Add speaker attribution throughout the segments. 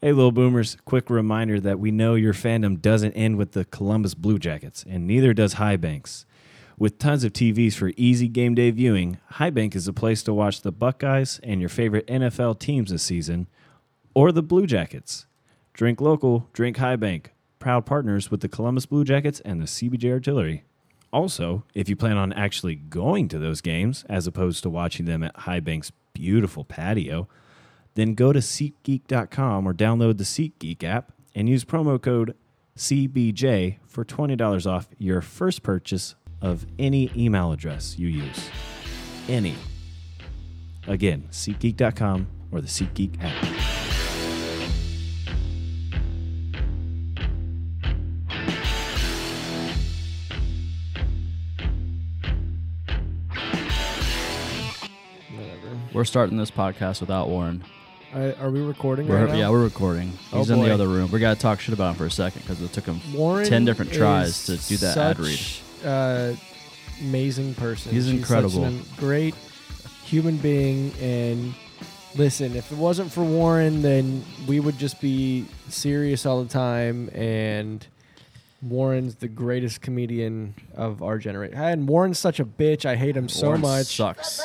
Speaker 1: Hey, little boomers, quick reminder that we know your fandom doesn't end with the Columbus Blue Jackets, and neither does High Banks. With tons of TVs for easy game day viewing, High Bank is the place to watch the Buckeyes and your favorite NFL teams this season, or the Blue Jackets. Drink local, drink High Bank. Proud partners with the Columbus Blue Jackets and the CBJ Artillery. Also, if you plan on actually going to those games as opposed to watching them at High Bank's beautiful patio, then go to SeatGeek.com or download the SeatGeek app and use promo code CBJ for $20 off your first purchase of any email address you use. Any. Again, SeatGeek.com or the SeatGeek app.
Speaker 2: Whatever.
Speaker 3: We're starting this podcast without Warren.
Speaker 2: I, are we recording
Speaker 3: We're,
Speaker 2: right now?
Speaker 3: yeah, we're recording.
Speaker 2: Oh,
Speaker 3: He's in
Speaker 2: boy.
Speaker 3: the other room. We gotta talk shit about him for a second because it took him
Speaker 2: Warren
Speaker 3: 10 different tries
Speaker 2: is
Speaker 3: to do that ad read.
Speaker 2: such, Uh, amazing person.
Speaker 3: He's
Speaker 2: She's
Speaker 3: incredible.
Speaker 2: Such a great human being. And listen, if it wasn't for Warren, then we would just be serious all the time. And Warren's the greatest comedian of our generation. And Warren's such a bitch. I hate him so
Speaker 3: Warren
Speaker 2: much.
Speaker 3: Sucks.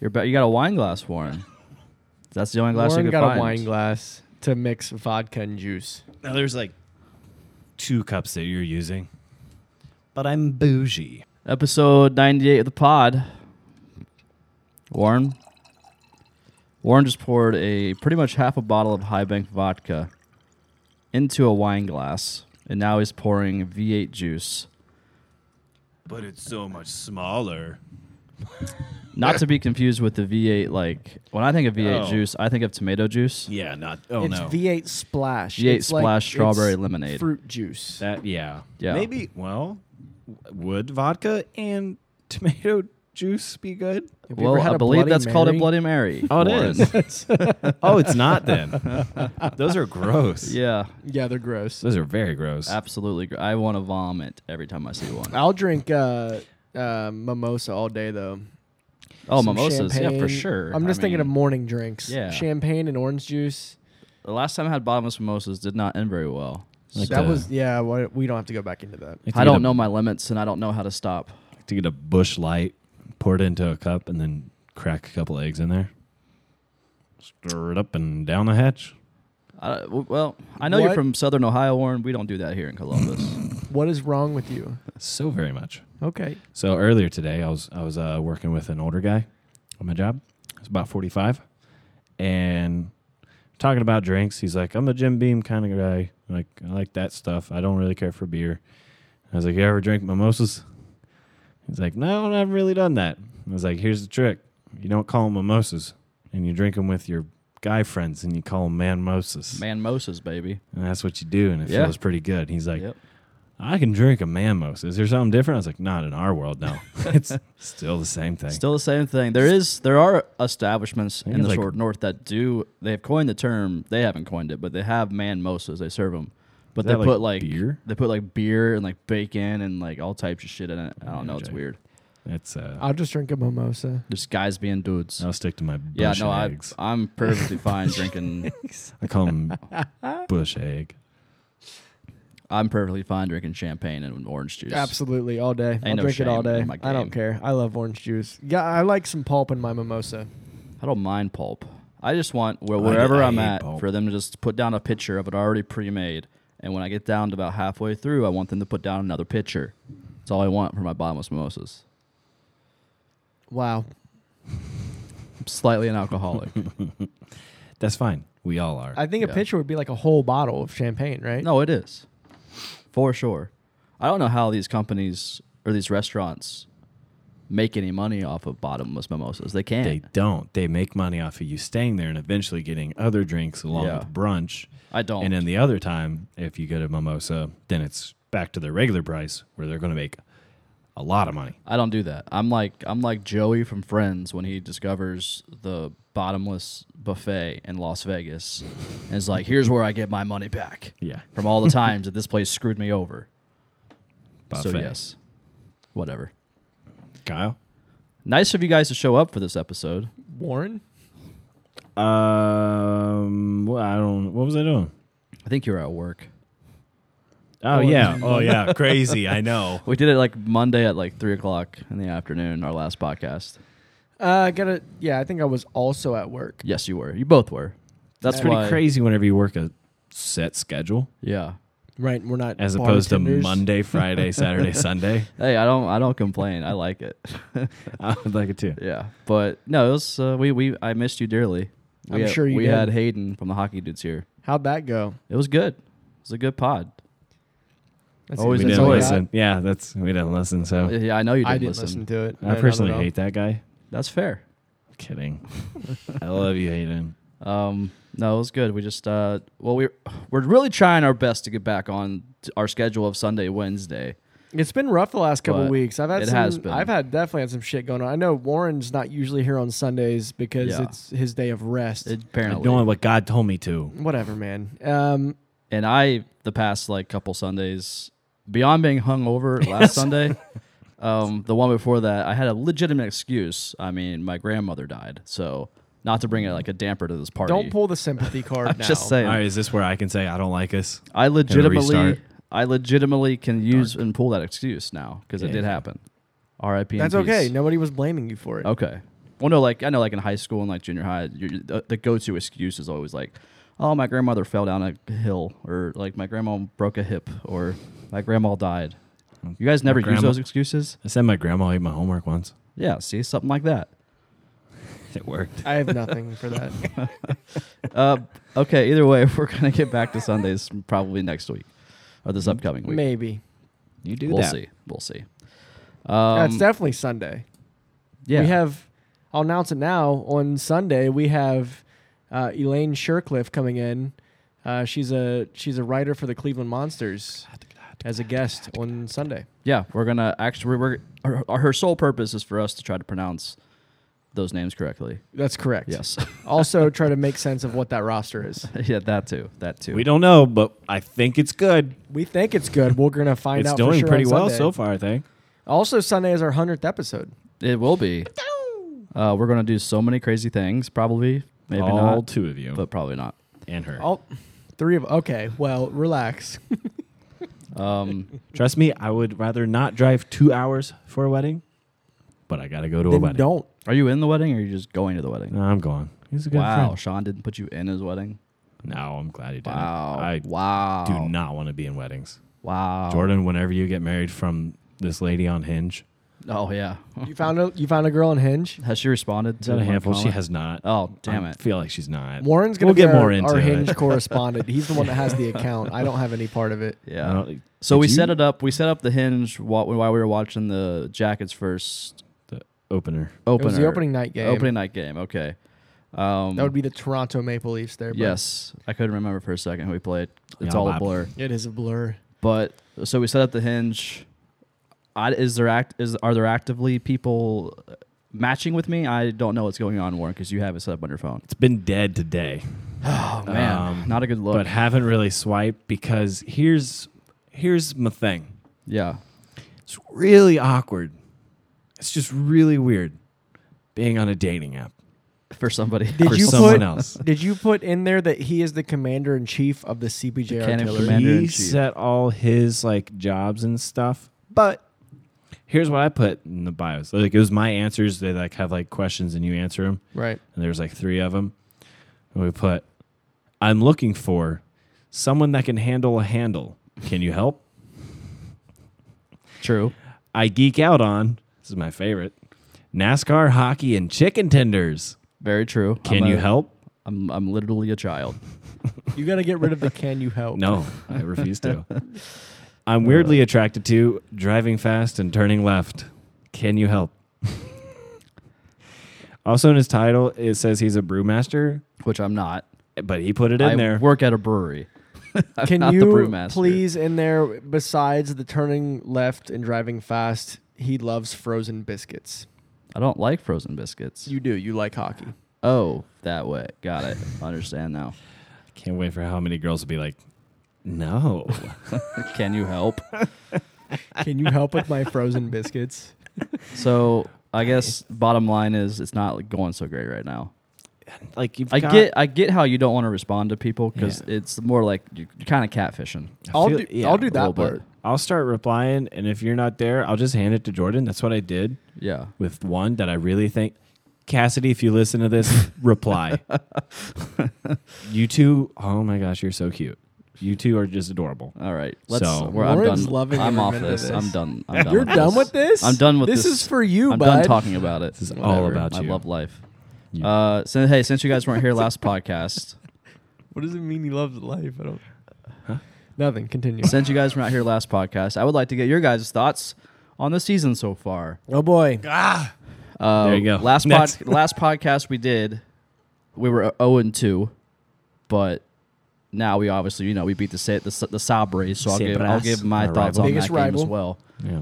Speaker 3: You're ba- you got a wine glass, Warren. That's the only glass
Speaker 2: Warren
Speaker 3: you could
Speaker 2: got
Speaker 3: find.
Speaker 2: a wine glass to mix vodka and juice.
Speaker 1: Now there's like two cups that you're using, but I'm bougie.
Speaker 3: Episode 98 of the pod. Warren. Warren just poured a pretty much half a bottle of high bank vodka into a wine glass, and now he's pouring V8 juice.
Speaker 1: But it's so much smaller.
Speaker 3: Not to be confused with the V8. Like when I think of V8
Speaker 1: Oh.
Speaker 3: juice, I think of tomato juice.
Speaker 1: Yeah, not. Oh
Speaker 2: it's
Speaker 1: no.
Speaker 2: V8 Splash.
Speaker 3: V8
Speaker 2: It's like-
Speaker 3: Splash strawberry
Speaker 2: it's
Speaker 3: lemonade.
Speaker 2: Fruit juice.
Speaker 1: that yeah.
Speaker 3: Yeah.
Speaker 1: Maybe. Well, w- would vodka and tomato juice be good?
Speaker 2: Have you
Speaker 3: Well,
Speaker 2: ever had
Speaker 3: I
Speaker 2: a
Speaker 3: believe
Speaker 2: Bloody
Speaker 3: that's called a
Speaker 2: Mary?
Speaker 3: Bloody Mary.
Speaker 1: Oh, it
Speaker 3: Warren.
Speaker 1: is. oh, it's not then. Those are gross.
Speaker 3: yeah,
Speaker 2: Yeah, they're gross.
Speaker 1: Those are very gross.
Speaker 3: absolutely. gr- I want to vomit every time I see one.
Speaker 2: I'll drink uh, uh, mimosa all day though.
Speaker 3: Oh,
Speaker 2: Some
Speaker 3: mimosas. Yeah,
Speaker 2: champagne.
Speaker 3: for sure.
Speaker 2: I'm
Speaker 3: I
Speaker 2: just thinking of
Speaker 3: mean,
Speaker 2: morning drinks.
Speaker 3: Yeah.
Speaker 2: champagne and orange juice.
Speaker 3: the last time I had bottomless mimosas did not end very well.
Speaker 1: Like
Speaker 2: that
Speaker 1: to-
Speaker 2: was yeah. wha- We don't have to go back into that.
Speaker 1: like to
Speaker 3: I
Speaker 1: get
Speaker 3: don't
Speaker 1: a-
Speaker 3: know my limits and I don't know how to stop.
Speaker 1: like To get a bush light, pour it into a cup, and then crack a couple eggs in there. Stir it up and down the hatch.
Speaker 3: I, w- well, I know you're
Speaker 2: What?
Speaker 3: from Southern Ohio, Warren. We don't do that here in Columbus.
Speaker 2: What is wrong with you?
Speaker 1: So very much.
Speaker 2: Okay.
Speaker 1: So earlier today, I was I was uh, working with an older guy on my job. He's about forty five, and talking about drinks. He's like, "I'm a Jim Beam kind of guy. Like I like that stuff. I don't really care for beer." I was like, "You ever drink mimosas?" He's like, "No, I've really done that." I was like, "Here's the trick: you don't call them mimosas, and you drink them with your guy friends, and you call them manmosas,
Speaker 3: Man, Moses, baby.
Speaker 1: and that's what you do, and it
Speaker 3: Yeah.
Speaker 1: feels pretty good." He's like,
Speaker 3: Yep.
Speaker 1: I can drink a mamos. Is there something different? I was like, not in our world, no. it's still the same thing.
Speaker 3: Still the same thing. There is there are establishments
Speaker 1: think
Speaker 3: in the
Speaker 1: it's like-
Speaker 3: short north that do they have coined the term. They haven't coined it, but they have man mosas. They serve them, but
Speaker 1: Is
Speaker 3: they
Speaker 1: that like
Speaker 3: put like
Speaker 1: beer?
Speaker 3: they put like beer and like bacon and like all types of shit in it. I don't know. It's
Speaker 1: Okay.
Speaker 3: weird.
Speaker 1: It's uh,
Speaker 2: I'll just drink a mimosa.
Speaker 3: Just guys being dudes.
Speaker 1: I'll stick to my Oh, bush
Speaker 3: yeah, no, I,
Speaker 1: eggs.
Speaker 3: I'm perfectly fine drinking.
Speaker 1: I call them bush egg.
Speaker 3: I'm perfectly fine drinking champagne and orange juice.
Speaker 2: Absolutely, all day. I'll
Speaker 3: no
Speaker 2: drink it all
Speaker 3: shame in
Speaker 2: day.
Speaker 3: my
Speaker 2: I
Speaker 3: game.
Speaker 2: don't care. I love orange juice. Yeah, I like some pulp in my mimosa.
Speaker 3: I don't mind pulp. I just want where,
Speaker 1: I-
Speaker 3: wherever
Speaker 1: I
Speaker 3: I, am
Speaker 1: hate
Speaker 3: at
Speaker 1: pulp.
Speaker 3: for them to just put down a picture of it already pre-made, and when I get down to about halfway through, I want them to put down another picture. That's all I want for my bottomless mimosas.
Speaker 2: Wow.
Speaker 3: I'm slightly an alcoholic.
Speaker 1: That's fine. We all are.
Speaker 2: I think a
Speaker 3: Yeah.
Speaker 2: picture would be like a whole bottle of champagne, right?
Speaker 3: no, it is for sure. I don't know how these companies or these restaurants make any money off of bottomless mimosas. They can't.
Speaker 1: they don't. They make money off of you staying there and eventually getting other drinks along
Speaker 3: Yeah.
Speaker 1: with brunch.
Speaker 3: I don't.
Speaker 1: And then the other time, if you get a mimosa, then it's back to their regular price where they're going to make a lot of money.
Speaker 3: I don't do that. I'm like I'm like Joey from Friends when he discovers the bottomless buffet in Las Vegas, and is like, "Here's where I get my money back
Speaker 1: Yeah.
Speaker 3: from all the times that this place screwed me over." So
Speaker 1: Buffet.
Speaker 3: yes, whatever.
Speaker 1: Kyle?
Speaker 3: Nice of you guys to show up for this episode.
Speaker 2: Warren?
Speaker 1: Um, well, I don't. What What was I doing?
Speaker 3: I think you were at work.
Speaker 1: Oh yeah, oh yeah, crazy. I know.
Speaker 3: We did it like Monday at like three o'clock in the afternoon. Our last podcast.
Speaker 2: Uh, gotta. Yeah, I think I was also at work.
Speaker 3: Yes, you were. You both were. That's
Speaker 1: It's pretty
Speaker 3: why-
Speaker 1: crazy whenever you work a set schedule
Speaker 3: Yeah.
Speaker 2: Right, we're not
Speaker 1: as opposed to
Speaker 2: bartenders.
Speaker 1: Monday, Friday, Saturday, Sunday.
Speaker 3: Hey, I don't. I don't complain. I like it.
Speaker 1: I would like it too.
Speaker 3: Yeah, but no, it was uh, we we I missed you dearly. We
Speaker 2: I'm
Speaker 3: had-
Speaker 2: sure you
Speaker 3: we
Speaker 2: did.
Speaker 3: had Hayden from the hockey dudes here.
Speaker 2: How'd that go?
Speaker 3: It was good. It was a good pod.
Speaker 2: That's
Speaker 3: Always
Speaker 1: we
Speaker 3: That's
Speaker 1: didn't
Speaker 3: all I
Speaker 1: listen. Yeah, that's we didn't listen. So
Speaker 3: Yeah, I know you didn't,
Speaker 2: Oh. I didn't listen. to it. No,
Speaker 1: I
Speaker 2: not at
Speaker 1: personally
Speaker 2: all.
Speaker 1: hate that guy.
Speaker 3: That's fair.
Speaker 1: Kidding. I love you, Hayden.
Speaker 3: Um, no, it was good. We just uh, well, we we're really trying our best to get back on t- our schedule of Sunday, Wednesday.
Speaker 2: It's been rough the last couple
Speaker 3: But
Speaker 2: weeks. I've had
Speaker 3: it
Speaker 2: some,
Speaker 3: has been.
Speaker 2: I've had definitely had some shit going on. I know Warren's not usually here on Sundays because
Speaker 3: Yeah.
Speaker 2: it's his day of rest.
Speaker 1: I'm
Speaker 3: It, apparently,
Speaker 1: doing what God told me to.
Speaker 2: Whatever, man. Um,
Speaker 3: and I the past like couple Sundays, beyond being hungover last Sunday, um, the one before that, I had a legitimate excuse. I mean, my grandmother died, so not to bring a, like a damper to this party.
Speaker 2: don't pull the sympathy card
Speaker 3: I'm
Speaker 2: now.
Speaker 3: just saying.
Speaker 1: All right, is this where I can say I don't like us?
Speaker 3: I legitimately,
Speaker 1: restart.
Speaker 3: I legitimately can use and pull that excuse now because it
Speaker 1: Yeah.
Speaker 3: did happen. R.I.P. in
Speaker 2: That's okay.
Speaker 3: peace.
Speaker 2: Nobody was blaming you for it.
Speaker 3: Okay. Well, no, like I know, like in high school and like junior high, you the, the go-to excuse is always like, "Oh, my grandmother fell down a hill," or like my grandma broke a hip, or my grandma died. You guys never use
Speaker 1: grandma-
Speaker 3: those excuses?
Speaker 1: I said my grandma ate my homework once.
Speaker 3: Yeah. See, something like that.
Speaker 1: It worked.
Speaker 2: I have nothing for that.
Speaker 3: Uh, okay. Either way, we're gonna get back to Sundays probably next week or this upcoming week.
Speaker 2: Maybe.
Speaker 1: You do
Speaker 3: We'll
Speaker 1: that.
Speaker 3: see. We'll see. Um,
Speaker 2: That's definitely Sunday.
Speaker 3: yeah.
Speaker 2: We have, I'll announce it now. On Sunday, we have uh, Elaine Shercliffe coming in. Uh, she's a she's a writer for the Cleveland Monsters as a guest on Sunday.
Speaker 3: Yeah, we're gonna actually we're her, her sole purpose is for us to try to pronounce those names correctly.
Speaker 2: That's correct.
Speaker 3: Yes,
Speaker 2: also, try to make sense of what that roster is.
Speaker 3: yeah, that too, that too.
Speaker 1: We don't know, but I think it's good.
Speaker 2: We think it's good. We're gonna find
Speaker 1: it's
Speaker 2: out.
Speaker 1: doing
Speaker 2: for sure
Speaker 1: pretty
Speaker 2: on
Speaker 1: well
Speaker 2: Sunday.
Speaker 1: so far, I think.
Speaker 2: Also, Sunday is our hundredth episode.
Speaker 3: It will be. Uh, we're gonna do so many crazy things, probably, maybe
Speaker 1: All
Speaker 3: not,
Speaker 1: two of you
Speaker 3: but probably not.
Speaker 1: and her.
Speaker 2: All three of. Okay, well, relax.
Speaker 3: Um,
Speaker 1: Trust me, I would rather not drive two hours for a wedding, but I got to go to a
Speaker 2: then
Speaker 1: wedding.
Speaker 2: don't.
Speaker 3: are you in the wedding, or are you just going to the wedding?
Speaker 1: No, I'm going. He's a good
Speaker 3: Wow,
Speaker 1: friend.
Speaker 3: Sean didn't put you in his wedding.
Speaker 1: No, I'm glad he didn't.
Speaker 3: Wow,
Speaker 1: I
Speaker 3: wow,
Speaker 1: do not want to be in weddings.
Speaker 3: wow,
Speaker 1: Jordan, whenever you get married from this lady on Hinge,
Speaker 3: Oh yeah,
Speaker 2: You found a you found a girl on Hinge.
Speaker 3: has she responded
Speaker 1: is
Speaker 3: to
Speaker 1: that a
Speaker 3: my
Speaker 1: handful? She
Speaker 3: comment?
Speaker 1: has not.
Speaker 3: Oh damn
Speaker 1: I
Speaker 3: it!
Speaker 1: feel like she's not.
Speaker 2: Warren's gonna
Speaker 1: We'll
Speaker 2: be
Speaker 1: get
Speaker 2: our,
Speaker 1: more into
Speaker 2: our
Speaker 1: it.
Speaker 2: Hinge correspondent. He's the one that has the account. I don't have any part of it.
Speaker 1: I
Speaker 3: Yeah.
Speaker 1: don't-
Speaker 3: So
Speaker 1: Did
Speaker 3: we
Speaker 1: you-
Speaker 3: set it up. We set up the hinge while, while we were watching the Jackets first
Speaker 1: opener.
Speaker 3: opener.
Speaker 2: It was the opening night game.
Speaker 3: Opening night game. Okay. Um,
Speaker 2: That would be the Toronto Maple Leafs there. but
Speaker 3: yes. I couldn't remember for a second who we played. It's
Speaker 1: Yeah,
Speaker 3: all a
Speaker 1: Bob.
Speaker 3: blur.
Speaker 2: It is a blur.
Speaker 3: But so we set up the hinge. I, is there act is are there actively people matching with me? I don't know what's going on, Warren, because you have it set up on your phone.
Speaker 1: It's been dead today,
Speaker 3: Oh man,
Speaker 1: Um,
Speaker 3: not a good look.
Speaker 1: but haven't really swiped because here's here's my thing.
Speaker 3: yeah,
Speaker 1: It's really awkward. It's just really weird being on a dating app
Speaker 3: for somebody.
Speaker 2: Did
Speaker 1: for
Speaker 2: you
Speaker 1: someone
Speaker 2: put-
Speaker 1: else.
Speaker 2: Did you put in there that he is the commander in chief of the CBJ
Speaker 3: The cannon
Speaker 2: artillery?
Speaker 3: commander.
Speaker 1: He
Speaker 3: Commander-in-Chief.
Speaker 1: set all his like jobs and stuff, but here's what I put in the bios. Like it was my answers. They like have like questions and you answer them.
Speaker 2: Right.
Speaker 1: and there's like three of them. And we put, I'm looking for someone that can handle a handle. Can you help?
Speaker 3: True.
Speaker 1: I geek out on, this is my favorite, NASCAR, hockey, and chicken tenders.
Speaker 3: Very true.
Speaker 1: Can
Speaker 3: I'm
Speaker 1: you
Speaker 3: a-
Speaker 1: help?
Speaker 3: I'm I'm literally a child.
Speaker 2: You got to get rid of the can you
Speaker 3: Oh.
Speaker 2: help.
Speaker 1: No, I refuse to. I'm weirdly
Speaker 3: Uh.
Speaker 1: attracted to driving fast and turning left. Can you help? also, in his title, it says he's a brewmaster,
Speaker 3: Which I'm not.
Speaker 1: but he put it in
Speaker 3: I
Speaker 1: there.
Speaker 3: work at a brewery. I'm
Speaker 2: Can
Speaker 3: not the
Speaker 2: you
Speaker 3: brewmaster.
Speaker 2: please in there besides the turning left and driving fast? He loves frozen biscuits.
Speaker 3: I don't like frozen biscuits.
Speaker 2: You do. You like hockey.
Speaker 3: Oh, that way. Got it. Understand now.
Speaker 1: Can't wait for how many girls will be like, no.
Speaker 3: Can you help?
Speaker 2: Can you help with my frozen biscuits?
Speaker 3: So I guess bottom line is it's not like, going so great right now.
Speaker 1: like you've
Speaker 3: I
Speaker 1: got-
Speaker 3: get I get how you don't want to respond to people because it's more like you- you're kind of catfishing.
Speaker 2: I'll
Speaker 1: feel-
Speaker 2: do.
Speaker 1: yeah,
Speaker 2: I'll do
Speaker 1: a
Speaker 3: little
Speaker 2: that
Speaker 3: bit.
Speaker 2: part.
Speaker 1: I'll start replying, and if you're not there, I'll just hand it to Jordan. That's what I did
Speaker 3: Yeah.
Speaker 1: with one that I really think. Cassidy, if you listen to this, reply. you two, oh my gosh, you're so cute. You two are just adorable.
Speaker 3: All right. Let's.
Speaker 1: So-
Speaker 3: we're, I'm
Speaker 2: Lauren's
Speaker 3: done.
Speaker 2: loving
Speaker 3: I'm
Speaker 2: every
Speaker 3: off
Speaker 2: minute of
Speaker 3: this.
Speaker 2: this.
Speaker 3: I'm done. I'm done
Speaker 2: You're done with this?
Speaker 3: I'm done with this.
Speaker 2: This is for you,
Speaker 3: I'm done
Speaker 2: bud.
Speaker 3: talking about it. This
Speaker 1: is all about
Speaker 3: I
Speaker 1: you.
Speaker 3: love life.
Speaker 1: You-
Speaker 3: Uh, so hey, since you guys weren't here last podcast,
Speaker 2: What does it mean? He loves life. I don't. Nothing. Continue.
Speaker 3: since you guys were not here last podcast, I would like to get your guys' thoughts on the season so far.
Speaker 2: Oh boy.
Speaker 3: Uh,
Speaker 1: There you go.
Speaker 3: Last pod,
Speaker 1: Next.
Speaker 3: last podcast we did, we were zero and two, but now we obviously you know we beat the Sa- the, Sa- the Sabres, so I'll give, I'll
Speaker 1: Sabres,
Speaker 3: give my
Speaker 1: our
Speaker 3: thoughts on
Speaker 2: Biggest
Speaker 3: that game
Speaker 2: rival.
Speaker 3: as well.
Speaker 1: yeah.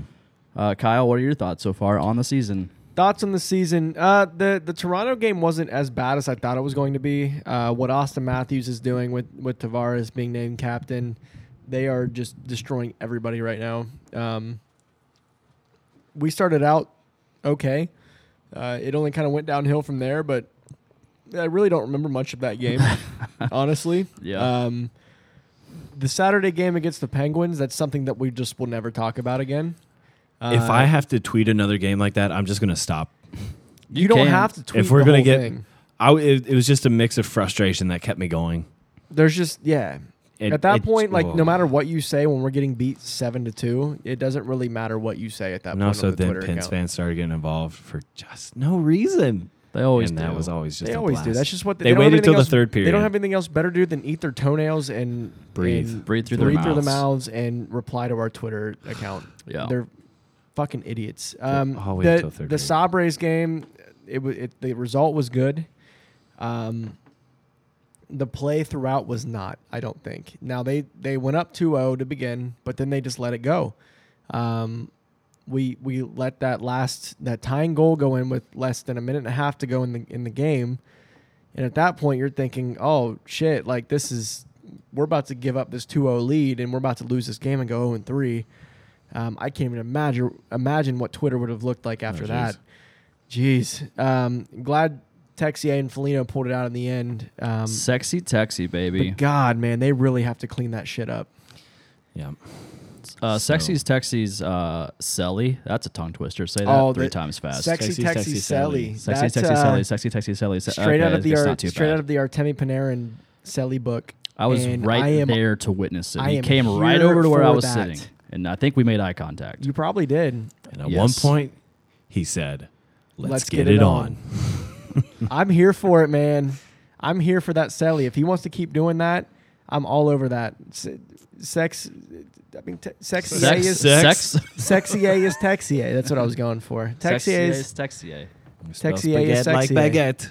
Speaker 3: Uh, Kyle, what are your thoughts so far on the season?
Speaker 2: Thoughts on the season? Uh, the the Toronto game wasn't as bad as I thought it was going to be. Uh, what Austin Matthews is doing with with Tavares being named captain, they are just destroying everybody right now. Um, we started out okay. Uh, it only kind of went downhill from there, but I really don't remember much of that game, honestly.
Speaker 3: Yeah.
Speaker 2: Um, the Saturday game against the Penguins, that's something that we just will never talk about again.
Speaker 1: if
Speaker 2: Uh,
Speaker 1: I have to tweet another game like that, I'm just gonna stop.
Speaker 2: You, don't
Speaker 3: can.
Speaker 2: have to tweet
Speaker 1: if we're
Speaker 2: the
Speaker 1: gonna
Speaker 2: whole
Speaker 1: get,
Speaker 2: thing.
Speaker 1: I w- it, it was just a mix of frustration that kept me going.
Speaker 2: There's just yeah.
Speaker 1: It-
Speaker 2: at that
Speaker 1: it-
Speaker 2: point, like
Speaker 1: oh.
Speaker 2: no matter what you say, when we're getting beat seven to two, it doesn't really matter what you say at that
Speaker 1: And
Speaker 2: point.
Speaker 1: also,
Speaker 2: on the
Speaker 1: then
Speaker 2: Twitter
Speaker 1: Pens
Speaker 2: account.
Speaker 1: fans started getting involved for just no reason.
Speaker 3: They always
Speaker 1: and
Speaker 3: do.
Speaker 1: that was always just
Speaker 2: They
Speaker 1: a
Speaker 2: always do.
Speaker 1: blast.
Speaker 2: That's just what they,
Speaker 1: They
Speaker 2: they don't have
Speaker 1: waited
Speaker 2: anything
Speaker 1: till the
Speaker 2: else-
Speaker 1: third
Speaker 2: They don't
Speaker 1: period.
Speaker 2: have anything else better to do than eat their toenails and
Speaker 1: Breathe.
Speaker 2: and
Speaker 3: Breathe through their
Speaker 2: breathe through the
Speaker 1: mouths.
Speaker 2: mouths and reply to our Twitter account.
Speaker 3: Yeah.
Speaker 2: they're fucking idiots. Um,
Speaker 1: I'll wait till
Speaker 2: the
Speaker 1: third
Speaker 2: the
Speaker 1: period.
Speaker 2: Sabres game, it, wa- it the result was good. Um, the play throughout was not. I don't think. Now they they went up 2-0 to begin, but then they just let it go. Um, we we let that last that tying goal go in with less than a minute and a half to go in the in the game, and at that point you're thinking, oh shit, like this is we're about to give up this 2-0 lead and we're about to lose this game and go 0 3. Um, I can't even imagine imagine what Twitter would have looked
Speaker 3: Oh,
Speaker 2: like after
Speaker 1: jeez.
Speaker 2: that. Jeez, um, glad Texier and Felino pulled it out in the end. Um,
Speaker 3: Sexy Texy, baby.
Speaker 2: but God, man, they really have to clean that shit up.
Speaker 1: yeah.
Speaker 3: Uh,
Speaker 1: So-
Speaker 3: Sexy's Texy's uh, Selly. That's a tongue twister. Say that
Speaker 2: Oh,
Speaker 3: three
Speaker 2: the-
Speaker 3: times fast.
Speaker 2: Sexy,
Speaker 1: Sexy,
Speaker 2: Texi
Speaker 1: sexy
Speaker 2: Selly.
Speaker 1: Selly.
Speaker 3: sexy
Speaker 2: That's,
Speaker 3: Texy
Speaker 2: uh,
Speaker 3: Selly. Sexy Texy Selly. Se-
Speaker 2: Straight out
Speaker 3: okay,
Speaker 2: of the
Speaker 3: it's
Speaker 2: Ar-
Speaker 3: not too
Speaker 2: straight
Speaker 3: bad.
Speaker 2: out of the Artemi Panarin Selly book.
Speaker 3: I was
Speaker 2: and
Speaker 3: right
Speaker 2: I am-
Speaker 3: there to witness it.
Speaker 2: I
Speaker 3: he
Speaker 2: am
Speaker 3: came right
Speaker 2: here
Speaker 3: over to where I
Speaker 2: for
Speaker 3: was
Speaker 2: that.
Speaker 3: sitting, and I think we made eye contact.
Speaker 2: You probably did.
Speaker 1: And at
Speaker 3: Yes.
Speaker 1: one point, he said, "Let's, get, it on."
Speaker 2: I'm here for it, man. I'm here for that Selly. If he wants to keep doing that, I'm all over that. Se- Sex, I mean, te- sexy A
Speaker 3: sex,
Speaker 2: is
Speaker 3: sex,
Speaker 2: sexy A is Texier. That's what I was going for. Texier is.
Speaker 3: Texier.
Speaker 1: Spell
Speaker 2: Sexy A is
Speaker 1: spaghetti like
Speaker 2: sexy A.
Speaker 1: baguette.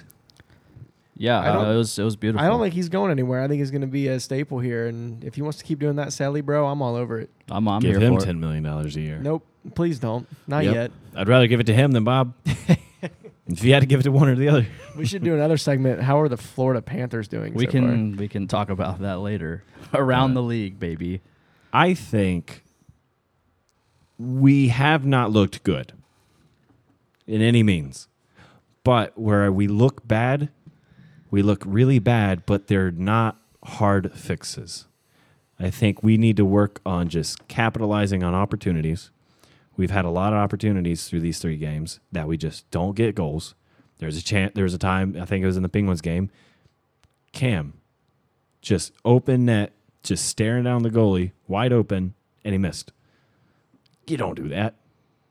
Speaker 3: Yeah,
Speaker 2: I don't-
Speaker 3: uh, it was it was beautiful.
Speaker 2: I don't think he's going anywhere. I think he's going to be a staple here. And if he wants to keep doing that Selly, bro, I'm all over it.
Speaker 3: I'm, I'm
Speaker 1: Give
Speaker 3: here
Speaker 1: him
Speaker 3: for it.
Speaker 1: ten million dollars a year.
Speaker 2: Nope, please don't. Not
Speaker 1: Yep.
Speaker 2: yet.
Speaker 1: I'd rather give it to him than Bob. if you had to give it to one or the other,
Speaker 2: We should do another segment. How are the Florida Panthers doing?
Speaker 3: We
Speaker 2: so far?
Speaker 3: can we can talk about that later around
Speaker 1: Uh,
Speaker 3: the league, baby.
Speaker 1: I think we have not looked good in any means. But where we look bad, we look really bad, but they're not hard fixes. I think we need to work on just capitalizing on opportunities. We've had a lot of opportunities through these three games that we just don't get goals. There's a chance. There was a time I think it was in the Penguins game. Cam, just open net, just staring down the goalie, wide open, and he missed. You don't do that.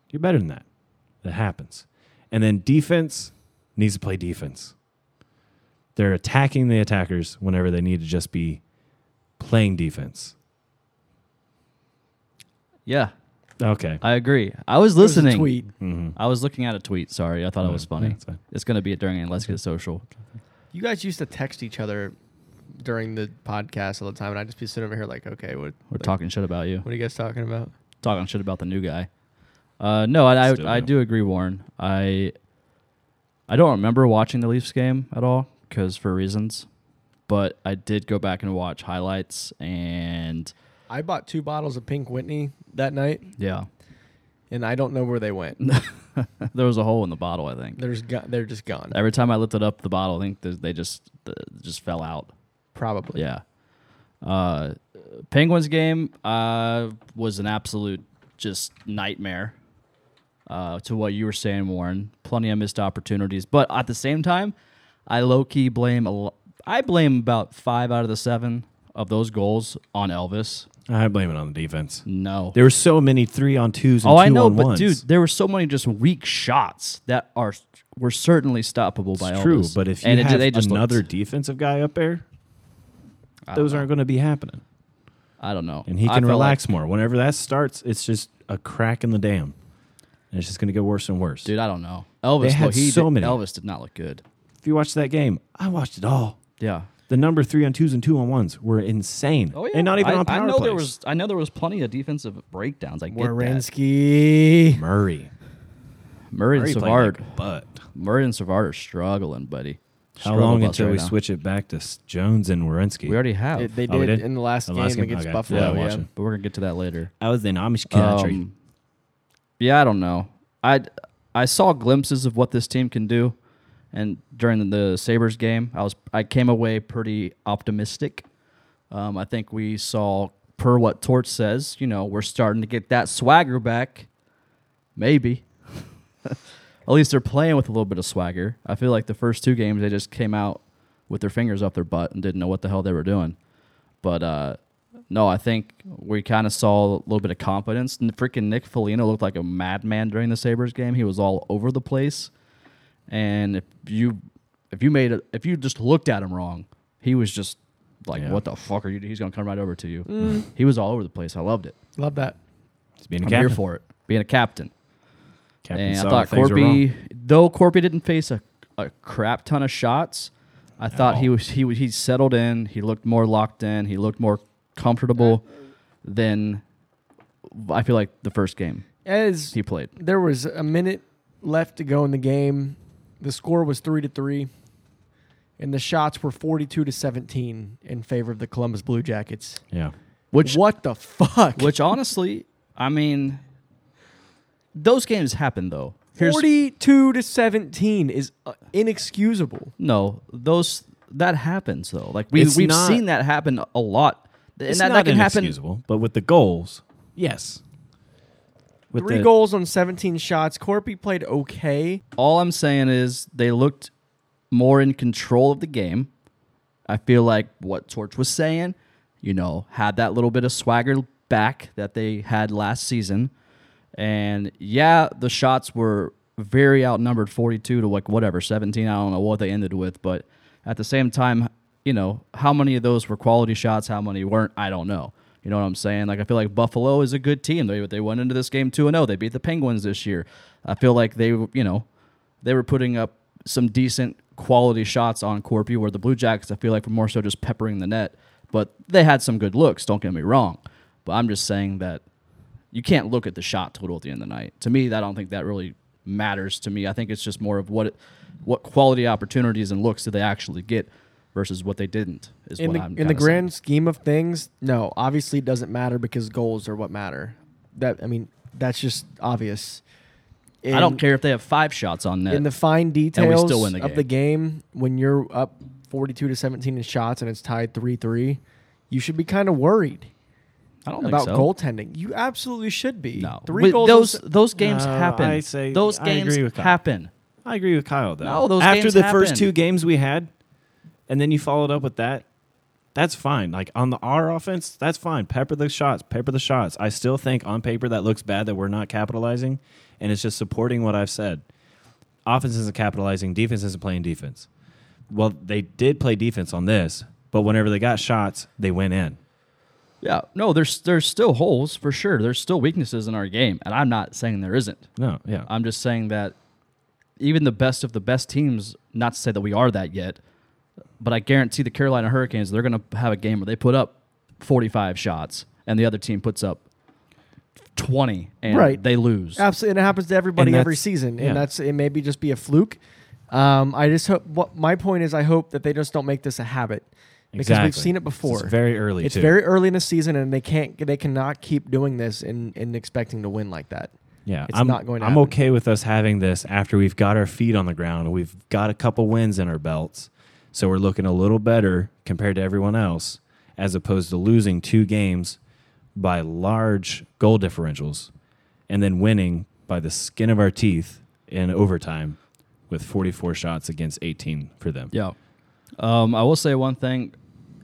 Speaker 1: You're better than that. That happens. And then defense needs to play defense. They're attacking the attackers whenever they need to just be playing defense.
Speaker 3: Yeah,
Speaker 1: Okay.
Speaker 3: I agree. I was
Speaker 2: There was a
Speaker 3: listening.
Speaker 2: tweet.
Speaker 3: I was looking at a tweet. Sorry, I thought it was funny.
Speaker 1: Mm-hmm. Mm, that's fine.
Speaker 3: It's gonna be it during and let's get social.
Speaker 2: You guys used to text each other during the podcast all the time, and I'd just be sitting over here like, okay, what
Speaker 3: We're
Speaker 2: like,
Speaker 3: talking shit about you.
Speaker 2: What are you guys talking about?
Speaker 3: Talking shit about the new guy. Uh, no, I
Speaker 1: Still
Speaker 3: I, I
Speaker 1: do.
Speaker 3: do agree, Warren. I I don't remember watching the Leafs game at all because for reasons, but I did go back and watch highlights and
Speaker 2: I bought two bottles of Pink Whitney that night,
Speaker 3: yeah,
Speaker 2: and I don't know where they went.
Speaker 3: there was a hole in the bottle. I think
Speaker 2: There's go- they're just gone.
Speaker 3: every time I lifted up the bottle, I think th- they just th- just fell out.
Speaker 2: Probably.
Speaker 3: Yeah. Uh, Penguins game uh, was an absolute just nightmare. Uh, to what you were saying, Warren, plenty of missed opportunities, but at the same time, I low key blame a lo- I blame about five out of the seven of those goals on Elvis.
Speaker 1: I blame it on the defense.
Speaker 3: No,
Speaker 1: There were so many three on twos and
Speaker 3: oh
Speaker 1: two
Speaker 3: I know,
Speaker 1: on
Speaker 3: but
Speaker 1: ones.
Speaker 3: dude, there were so many just weak shots that are were certainly stoppable by
Speaker 1: it's
Speaker 3: Elvis.
Speaker 1: true. But if you
Speaker 3: and it-
Speaker 1: have
Speaker 3: they just
Speaker 1: another
Speaker 3: looked-
Speaker 1: defensive guy up there,
Speaker 3: I don't
Speaker 1: those
Speaker 3: know.
Speaker 1: aren't going to be happening.
Speaker 3: I don't know,
Speaker 1: And he
Speaker 3: I
Speaker 1: can
Speaker 3: felt like-
Speaker 1: relax more. Whenever that starts, it's just a crack in the dam, and it's just going to get worse and worse.
Speaker 3: Dude, I don't know. Elvis,
Speaker 1: had
Speaker 3: though, he
Speaker 1: so
Speaker 3: did-
Speaker 1: many.
Speaker 3: Elvis did not look good.
Speaker 1: If you watch that game, I watched it all.
Speaker 3: Yeah.
Speaker 1: The number three on twos and two on ones were insane, and not even
Speaker 3: Oh, I,
Speaker 1: on power
Speaker 3: I know there
Speaker 1: plays.
Speaker 3: was. I know there was plenty of defensive breakdowns. I get that.
Speaker 2: Wierenski.
Speaker 1: Murray.
Speaker 3: Murray and
Speaker 1: Murray played
Speaker 3: Savard.
Speaker 1: like a butt.
Speaker 3: Murray and Savard are struggling, buddy.
Speaker 1: How
Speaker 3: Struggle
Speaker 1: long
Speaker 3: bus
Speaker 1: until
Speaker 3: right
Speaker 1: we
Speaker 3: now.
Speaker 1: switch it back to S- Jones and Wierenski?
Speaker 3: We already have.
Speaker 2: It- they
Speaker 1: Oh, we
Speaker 2: did,
Speaker 1: did?
Speaker 2: in the last,
Speaker 1: The last game?
Speaker 2: game, against
Speaker 1: Okay. Yeah,
Speaker 2: Buffalo.
Speaker 1: I'm
Speaker 2: Yeah,
Speaker 1: watching.
Speaker 3: but we're gonna get to that later.
Speaker 1: I was in Amish
Speaker 3: Um, yeah, I don't know. I I saw glimpses of what this team can do, and during the Sabers game, I was I came away pretty optimistic. Um, I think we saw per what Torch says, you know, we're starting to get that swagger back. Maybe. At least they're playing with a little bit of swagger. I feel like the first two games they just came out with their fingers up their butt and didn't know what the hell they were doing. But uh, no, I think we kind of saw a little bit of confidence. N- Freaking Nick Foligno looked like a madman during the Sabres game. He was all over the place. And if you if you made a, if you just looked at him wrong, he was just like,
Speaker 1: Yeah.
Speaker 3: "What the fuck are you?" do-" He's gonna come right over to you. He was all over the place. I loved it.
Speaker 2: Love that.
Speaker 1: It's being a
Speaker 3: I'm
Speaker 1: captain.
Speaker 3: here for it. Being a captain.
Speaker 1: Captain
Speaker 3: and I
Speaker 1: saw
Speaker 3: thought
Speaker 1: things were wrong.
Speaker 3: Corby, though Corby didn't face a, a crap ton of shots, I thought he
Speaker 1: all.
Speaker 3: was he was he settled in. He looked more locked in. He looked more comfortable than I feel like the first game
Speaker 2: As
Speaker 3: he played.
Speaker 2: there was a minute left to go in the game, the score was three to three, and the shots were forty-two to seventeen in favor of the Columbus Blue Jackets.
Speaker 1: Yeah.
Speaker 3: Which
Speaker 2: what the fuck?
Speaker 3: which honestly, I mean, those games happen though. Here's-
Speaker 2: forty-two to seventeen is uh, inexcusable.
Speaker 3: no those that happens though. Like we
Speaker 1: It's
Speaker 3: we've
Speaker 1: not-
Speaker 3: seen that happen a lot. And
Speaker 1: It's
Speaker 3: that,
Speaker 1: not
Speaker 3: that can happen.
Speaker 1: inexcusable, but with the goals, yes. With
Speaker 2: Three
Speaker 1: the-
Speaker 2: goals on seventeen shots. Corpy played okay.
Speaker 3: All I'm saying is they looked more in control of the game. I feel like what Torch was saying, you know, had that little bit of swagger back that they had last season. And yeah, the shots were very outnumbered 42 to like whatever, 17. I don't know what they ended with, but at the same time, you know, how many of those were quality shots, how many weren't, I don't know. You know what I'm saying? Like I feel like Buffalo is a good team. They they went into this game 2 and 0. They beat the Penguins this year. I feel like they, you know, they were putting up some decent quality shots on Corpy, where the Blue Jackets, I feel like, were more so just peppering the net. But they had some good looks, don't get me wrong. But I'm just saying that you can't look at the shot total at the end of the night. To me, I don't think that really matters to me. I think it's just more of what what quality opportunities and looks did they actually get versus what they didn't is
Speaker 2: in
Speaker 3: what
Speaker 2: the
Speaker 3: I'm
Speaker 2: in the
Speaker 3: kinda
Speaker 2: grand scheme of things, no, obviously it doesn't matter because goals are what matter. That I mean, that's just obvious.
Speaker 3: saying. I don't
Speaker 2: In-
Speaker 3: care if they have five shots on net.
Speaker 2: in the fine details
Speaker 3: still win the
Speaker 2: of the game when you're up 42 to 17 in shots and it's tied 3-3 you should be kind of worried
Speaker 3: I don't
Speaker 2: about
Speaker 3: think so.
Speaker 2: goaltending you absolutely should be
Speaker 3: No,
Speaker 2: three
Speaker 3: With
Speaker 2: goals
Speaker 3: those those games
Speaker 1: No,
Speaker 3: happen.
Speaker 1: I say-
Speaker 3: those
Speaker 1: I
Speaker 3: games
Speaker 1: agree with Kyle.
Speaker 3: happen.
Speaker 1: I agree with Kyle though.
Speaker 3: No, those
Speaker 1: after
Speaker 3: games
Speaker 1: the
Speaker 3: happen.
Speaker 1: first two games we had, and then you followed up with that. That's fine. Like on the our offense, that's fine. Pepper the shots. Pepper the shots. I still think on paper that looks bad that we're not capitalizing, and it's just supporting what I've said. Offense isn't capitalizing. Defense isn't playing defense. Well, they did play defense on this, but whenever they got shots, they went in.
Speaker 3: Yeah, no, there's there's still holes for sure. There's still weaknesses in our game, and I'm not saying there isn't.
Speaker 1: No, yeah.
Speaker 3: I'm just saying that even the best of the best teams, not to say that we are that yet, but I guarantee the Carolina Hurricanes they're going to have a game where they put up 45 shots and the other team puts up 20 and
Speaker 2: Right.
Speaker 3: they lose.
Speaker 2: absolutely and it happens to everybody
Speaker 1: And
Speaker 2: every
Speaker 1: that's-
Speaker 2: season
Speaker 1: yeah.
Speaker 2: and that's it maybe just be a fluke um, i just hope what my point is i hope that they just don't make this a habit because we've
Speaker 1: Exactly.
Speaker 2: seen it
Speaker 1: It's
Speaker 2: before
Speaker 1: very early.
Speaker 2: it's
Speaker 1: too.
Speaker 2: very early in the season and they can't they cannot keep doing this and, and expecting to win like that
Speaker 1: Yeah,
Speaker 2: It's
Speaker 1: I'm
Speaker 2: not going to
Speaker 1: I'm
Speaker 2: happen.
Speaker 1: okay with us having this after we've got our feet on the ground. We've got a couple wins in our belts, so we're looking a little better compared to everyone else, as opposed to losing two games by large goal differentials, and then winning by the skin of our teeth in overtime with 44 shots against 18 for them.
Speaker 3: Yeah. Um, I will say one thing.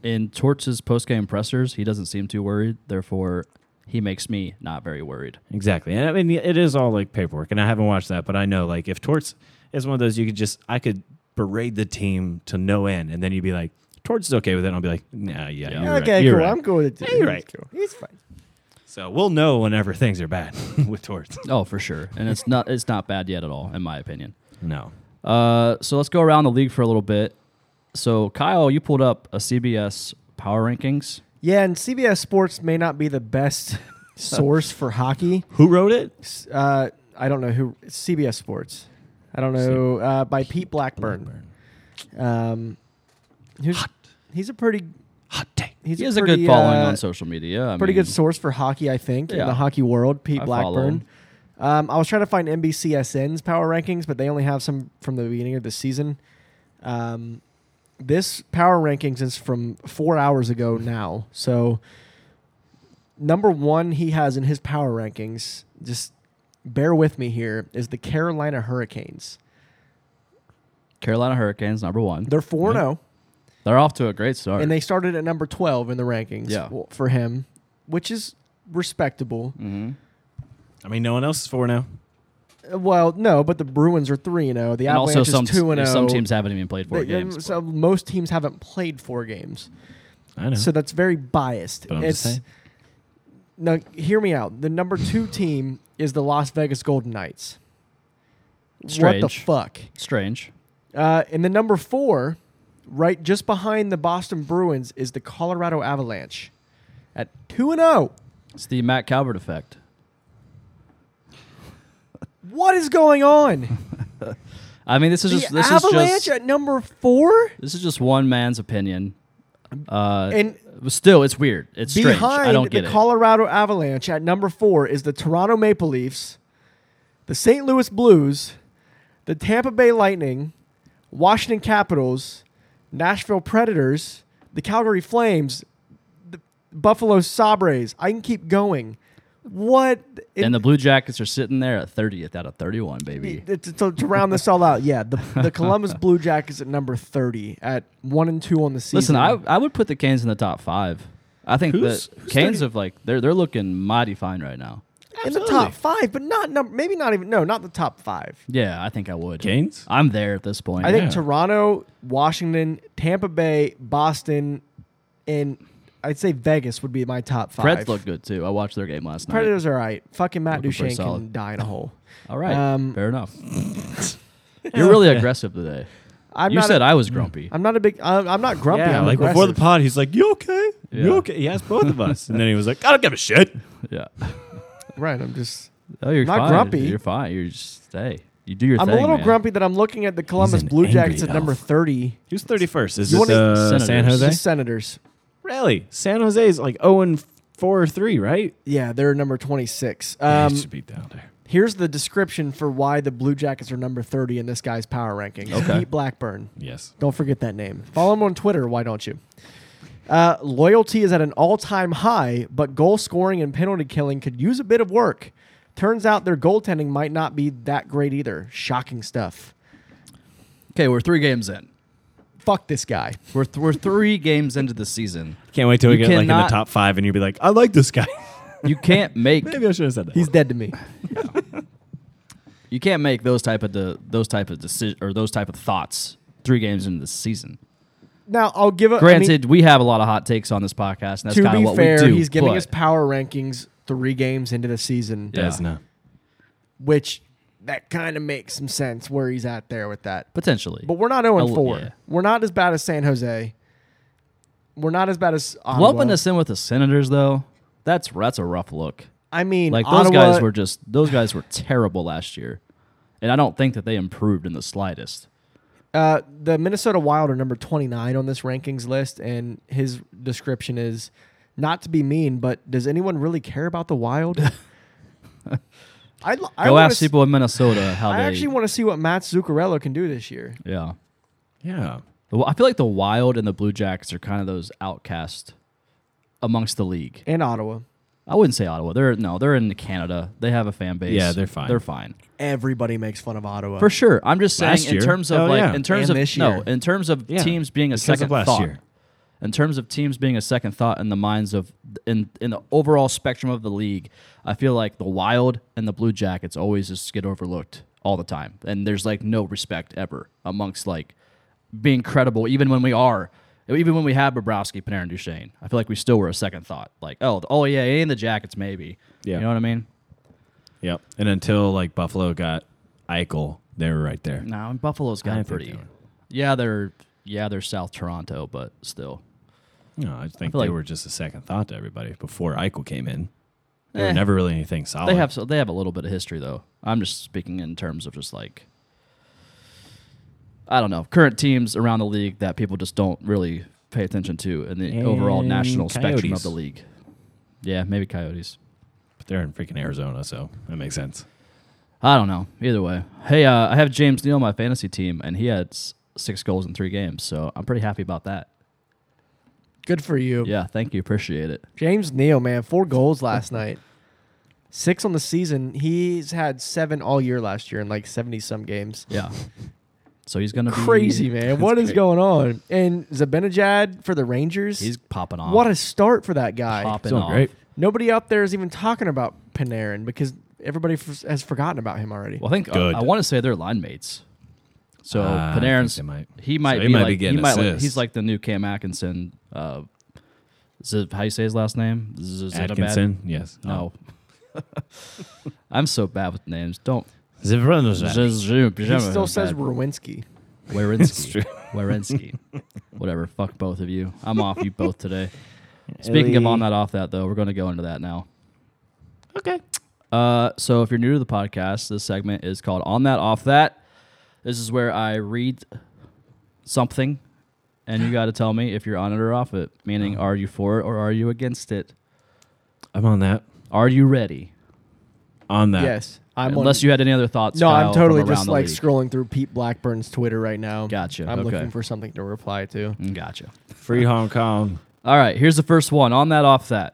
Speaker 3: In Torch's post-game pressers, he doesn't seem too worried. Therefore, he makes me not very worried.
Speaker 1: Exactly. And I mean, it is all like paperwork, and I haven't watched that, but I know like if Torts is one of those, you could just, I could berate the team to no end, and then you'd be like, Torts is okay with it. And I'll be like, nah, yeah,
Speaker 3: Yeah.
Speaker 1: You're right.
Speaker 2: okay,
Speaker 1: You're
Speaker 2: cool.
Speaker 1: right."
Speaker 2: I'm cool with it.
Speaker 1: Yeah, you're right.
Speaker 2: He's fine.
Speaker 1: So we'll know whenever things are bad with Torts.
Speaker 3: Oh, for sure. And it's not it's not bad yet at all, in my opinion.
Speaker 1: No.
Speaker 3: Uh, so let's go around the league for a little bit. So Kyle, you pulled up a CBS power rankings.
Speaker 2: Yeah, and CBS Sports may not be the best source for hockey.
Speaker 1: Who wrote it?
Speaker 2: S- Uh, I don't know who CBS Sports. I don't know uh, by Pete Blackburn. Um, who's, he's a pretty
Speaker 1: Hot take.
Speaker 2: he's
Speaker 3: he has a
Speaker 2: pretty,
Speaker 3: good following
Speaker 2: uh,
Speaker 3: on social media. I
Speaker 2: pretty
Speaker 3: mean,
Speaker 2: good source for hockey, I think, in
Speaker 3: Yeah.
Speaker 2: the hockey world. Pete
Speaker 3: I follow
Speaker 2: Blackburn. Um, I was trying to find NBCSN's power rankings, but they only have some from the beginning of the season. Um, this power rankings is from four hours ago now. So, number one, he has in his power rankings, just bear with me here, is the Carolina Hurricanes.
Speaker 3: Carolina Hurricanes number one.
Speaker 2: They're 4
Speaker 3: Mm-hmm.
Speaker 2: 0.
Speaker 3: They're off to a great start.
Speaker 2: and they started at number 12 in the rankings
Speaker 3: Yeah.
Speaker 2: w- for him, which is respectable.
Speaker 3: hmm
Speaker 1: I mean, no one else is for now.
Speaker 2: Uh, Well, no, but the Bruins are 3 0. The
Speaker 3: and also
Speaker 2: Avalanche
Speaker 3: some
Speaker 2: is 2 0.
Speaker 3: some teams haven't even played four games.
Speaker 2: oh. um, So most teams haven't played four games.
Speaker 1: I know.
Speaker 2: So that's very biased.
Speaker 1: but I'm just
Speaker 2: it's
Speaker 1: saying.
Speaker 2: now hear me out. The number 2 team is the Las Vegas Golden Knights. What the
Speaker 3: Strange.
Speaker 2: fuck?
Speaker 3: Strange.
Speaker 2: Uh, and the number 4 right just behind the Boston Bruins is the Colorado Avalanche at 2 and oh. 0.
Speaker 3: It's the Matt Calvert effect.
Speaker 2: What is going on?
Speaker 3: I mean, this is
Speaker 2: the
Speaker 3: just this
Speaker 2: Avalanche
Speaker 3: is just
Speaker 2: at number 4?
Speaker 3: this is just one man's opinion. Uh,
Speaker 2: And
Speaker 3: but still, it's weird. It's strange.
Speaker 2: Behind
Speaker 3: I don't get
Speaker 2: the
Speaker 3: it.
Speaker 2: Colorado Avalanche at number four is the Toronto Maple Leafs, the St. Louis Blues, the Tampa Bay Lightning, Washington Capitals, Nashville Predators, the Calgary Flames, the Buffalo Sabres. I can keep going. What? it-
Speaker 3: and the Blue Jackets are sitting there at 30th out of 31, baby.
Speaker 2: it- to, to- to round this all out, yeah, the, the Columbus Blue Jackets at number 30 at 1 and 2 on the season.
Speaker 3: Listen, I, I would put the Canes in the top five. I think
Speaker 1: Who's-
Speaker 3: the
Speaker 1: who's
Speaker 3: Canes
Speaker 1: 30?
Speaker 3: have like they're they're looking mighty fine right now.
Speaker 2: in the
Speaker 1: Absolutely.
Speaker 2: top 5, but not number maybe not even no, not the top 5.
Speaker 3: Yeah, I think I would.
Speaker 1: Canes?
Speaker 3: I'm there at this point.
Speaker 2: I think
Speaker 1: Yeah.
Speaker 2: Toronto, Washington, Tampa Bay, Boston, and I'd say Vegas would be my top five.
Speaker 3: Preds look good too. I watched their game last night.
Speaker 2: Predators are all right. Fucking Matt
Speaker 3: Looking pretty
Speaker 2: Duchene can
Speaker 3: solid.
Speaker 2: die in a hole.
Speaker 3: All right,
Speaker 2: Um,
Speaker 3: fair enough. You're really aggressive today.
Speaker 2: I'm
Speaker 3: you
Speaker 2: not
Speaker 3: said
Speaker 2: a,
Speaker 3: I was grumpy.
Speaker 2: I'm not a big. I'm, I'm not grumpy.
Speaker 1: yeah,
Speaker 2: I'm
Speaker 1: like
Speaker 2: aggressive.
Speaker 1: before the pod, he's like, "You okay?
Speaker 3: Yeah.
Speaker 1: You okay?" He asked both of us, and then he was like, "I don't give a shit."
Speaker 3: yeah.
Speaker 2: right. I'm just.
Speaker 3: Oh, you're
Speaker 2: Not
Speaker 3: fine.
Speaker 2: grumpy.
Speaker 3: You're fine. You're just hey. You do your
Speaker 2: I'm
Speaker 3: thing.
Speaker 2: a little
Speaker 3: man.
Speaker 2: grumpy that I'm looking at the Columbus
Speaker 1: an
Speaker 2: Blue Jackets at
Speaker 1: angry
Speaker 2: number
Speaker 1: elf.
Speaker 2: 30.
Speaker 1: Who's thirty first? Is
Speaker 2: You
Speaker 1: it
Speaker 2: wanna-
Speaker 1: uh, San
Speaker 3: Senators.
Speaker 1: Jose?
Speaker 2: The Senators.
Speaker 1: Really? San Jose's like zero and four or three, right?
Speaker 2: Yeah, they're number 26.
Speaker 1: Yeah,
Speaker 2: Um,
Speaker 1: he should be down there.
Speaker 2: here's the description for why the Blue Jackets are number 30 in this guy's power rankings.
Speaker 3: Okay.
Speaker 2: Pete Blackburn.
Speaker 1: Yes.
Speaker 2: Don't forget that name. Follow him on Twitter. Why don't you? Uh, loyalty is at an all time high, but goal scoring and penalty killing could use a bit of work. Turns out their goaltending might not be that great either. Shocking stuff.
Speaker 3: Okay, we're three games in.
Speaker 2: Fuck this guy.
Speaker 3: We're th- we're three games into the season.
Speaker 1: Can't wait till we
Speaker 3: You
Speaker 1: get like in the
Speaker 3: cannot-
Speaker 1: top five, and you'll be like, "I like this guy."
Speaker 3: You can't make
Speaker 1: Maybe I should have said that.
Speaker 2: He's dead to me.
Speaker 3: you can't make those type of de- those type of decision or those type of thoughts three games into the season.
Speaker 2: Now I'll give a I mean,
Speaker 3: Granted, we have a lot of hot takes on this podcast, and that's
Speaker 2: to
Speaker 3: kind of
Speaker 2: be
Speaker 3: what
Speaker 2: fair,
Speaker 3: we do.
Speaker 2: he's giving
Speaker 3: but
Speaker 2: us power rankings three games into the season,
Speaker 3: Yeah.
Speaker 1: Does not.
Speaker 2: which that kind of makes some sense where he's at there with that.
Speaker 3: potentially.
Speaker 2: But we're not 0
Speaker 3: Oh,
Speaker 2: 4.
Speaker 3: yeah.
Speaker 2: We're not as bad as San Jose. We're not as bad as Ottawa.
Speaker 3: lumping us in with the Senators, though, that's that's a rough look.
Speaker 2: I mean,
Speaker 3: Like those
Speaker 2: Ottawa-
Speaker 3: guys were just those guys were terrible last year, and I don't think that they improved in the slightest.
Speaker 2: Uh, the Minnesota Wild are number 29 on this rankings list, and his description is not to be mean, but does anyone really care about the Wild? I, l- I
Speaker 3: Go
Speaker 2: wanna
Speaker 3: ask
Speaker 2: s-
Speaker 3: people in Minnesota how
Speaker 2: I
Speaker 3: they.
Speaker 2: actually want to see what Matt Zuccarello can do this year.
Speaker 3: yeah.
Speaker 1: Yeah.
Speaker 3: The- I feel like the Wild and the Blue Jackets are kind of those outcasts amongst the league.
Speaker 2: in Ottawa.
Speaker 3: I wouldn't say Ottawa. They're no, they're in Canada. They have a fan base.
Speaker 1: Yeah, they're fine.
Speaker 3: They're fine
Speaker 2: Everybody makes fun of Ottawa.
Speaker 3: for sure. I'm just saying
Speaker 1: Last
Speaker 3: in
Speaker 1: year.
Speaker 3: terms of
Speaker 1: Oh,
Speaker 3: like
Speaker 1: yeah.
Speaker 3: in terms
Speaker 2: And
Speaker 3: of
Speaker 2: this
Speaker 3: no
Speaker 2: year.
Speaker 3: in terms of
Speaker 1: Yeah,
Speaker 3: teams being a
Speaker 1: Because of
Speaker 3: second
Speaker 1: last
Speaker 3: thought.
Speaker 1: year.
Speaker 3: in terms of teams being a second thought in the minds of in in the overall spectrum of the league, I feel like the Wild and the Blue Jackets always just get overlooked all the time, and there's like no respect ever amongst like being credible, even when we are. Even when we had Bobrovsky, Panarin, Duchesne, I feel like we still were a second thought. Like, oh, oh yeah, and the Jackets maybe.
Speaker 1: Yeah.
Speaker 3: You know what I mean?
Speaker 1: Yep. And until like Buffalo got Eichel, they were right there.
Speaker 3: No, and Buffalo's
Speaker 1: I
Speaker 3: got
Speaker 1: think
Speaker 3: pretty.
Speaker 1: they were.
Speaker 3: Yeah, they're yeah they're South Toronto, but still.
Speaker 1: No, I think
Speaker 3: feel
Speaker 1: they
Speaker 3: like-
Speaker 1: were just a second thought to everybody before Eichel came in. They
Speaker 3: Eh.
Speaker 1: were never really anything solid.
Speaker 3: They
Speaker 2: Oh.
Speaker 3: have so they have a little bit of history though. I'm just speaking in terms of just like I don't know current teams around the league that people just don't really pay attention to in the overall
Speaker 1: And
Speaker 3: national spectrum of
Speaker 1: Coyotes.
Speaker 3: the league. Yeah, maybe Coyotes.
Speaker 1: but they're in freaking Arizona, so that makes sense.
Speaker 3: I don't know. Either way, hey, uh, I have James Neal on my fantasy team, and he had s- six goals in three games, so I'm pretty happy about that.
Speaker 2: Good for you.
Speaker 3: Yeah, thank you, appreciate it.
Speaker 2: James Neal, man, four goals last night. Six on the season. He's had seven all year last year in like 70 some games.
Speaker 3: Yeah, so he's gonna be
Speaker 2: Crazy, man. What is
Speaker 3: great.
Speaker 2: going on? And Zabinajad for the Rangers.
Speaker 3: He's popping off.
Speaker 2: what a start for that guy.
Speaker 3: popping
Speaker 1: Doing
Speaker 3: off.
Speaker 1: great.
Speaker 2: Nobody out there is even talking about Panarin because everybody f- has forgotten about him already.
Speaker 3: Well, I think uh,
Speaker 1: Good.
Speaker 3: I, want to say they're line mates. So
Speaker 1: Ah, I think
Speaker 3: Panarin's
Speaker 1: they might.
Speaker 3: he might
Speaker 1: So
Speaker 3: be
Speaker 1: he might be
Speaker 3: like,
Speaker 1: getting
Speaker 3: he might like,
Speaker 1: assists.
Speaker 3: he's like the new Cam Atkinson. Uh, is it how you say his last name? Z- Z- Zibanejad?
Speaker 1: Atkinson, yes. Oh.
Speaker 3: No. I'm so bad with names. Don't.
Speaker 1: Zibanejad.
Speaker 2: he
Speaker 3: He
Speaker 2: still says Rowinski.
Speaker 3: Wierenski. Wierenski. Whatever. Fuck both of you. I'm off you both today. Speaking of
Speaker 1: Ellie.
Speaker 3: on that, off that though, we're going to go into that now.
Speaker 1: Okay.
Speaker 3: Uh, so if you're new to the podcast, this segment is called On That Off That. This is where I read something and you got to tell me if you're on it or off it,
Speaker 2: Oh.
Speaker 3: meaning are you for it or are you against it?
Speaker 1: I'm on that.
Speaker 3: Are you ready?
Speaker 1: On that.
Speaker 2: Yes. I'm on-
Speaker 3: Unless you had any other thoughts.
Speaker 2: No,
Speaker 3: Kyle,
Speaker 2: I'm
Speaker 3: from
Speaker 2: totally
Speaker 3: around
Speaker 2: just
Speaker 3: the
Speaker 2: like
Speaker 3: league.
Speaker 2: scrolling through Pete Blackburn's Twitter right now.
Speaker 3: Gotcha,
Speaker 2: I'm
Speaker 3: okay.
Speaker 2: looking for something to reply to.
Speaker 3: Mm, Gotcha.
Speaker 1: Free Hong Kong.
Speaker 3: All right, here's the first one. On that, off that.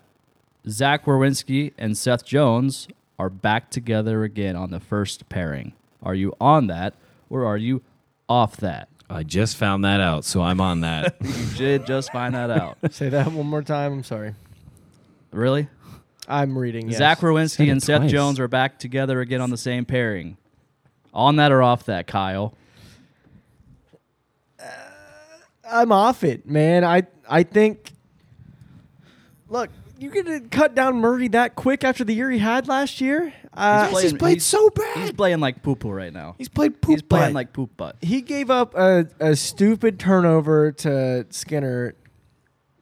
Speaker 3: Zach Wawrinski and Seth Jones are back together again on the first pairing. Are you on that or are you off that?
Speaker 1: I just found that out, so I'm on that.
Speaker 3: You did just find that out.
Speaker 2: Say that one more time. I'm sorry.
Speaker 3: Really?
Speaker 2: I'm reading. Yes.
Speaker 3: Zach
Speaker 1: Said
Speaker 3: Rowinski
Speaker 1: it
Speaker 3: and Seth
Speaker 1: twice.
Speaker 3: Jones are back together again on the same pairing. On that or off that, Kyle?
Speaker 2: I'm off it, man. I I think. Look, you could cut down Murray that quick after the year he had last year. Uh,
Speaker 1: playing- he's played so bad.
Speaker 3: He's playing like poo poo right now. He's,
Speaker 1: He's played poop.
Speaker 3: playing
Speaker 1: butt.
Speaker 3: like poop butt.
Speaker 2: he gave up a, a stupid turnover to Skinner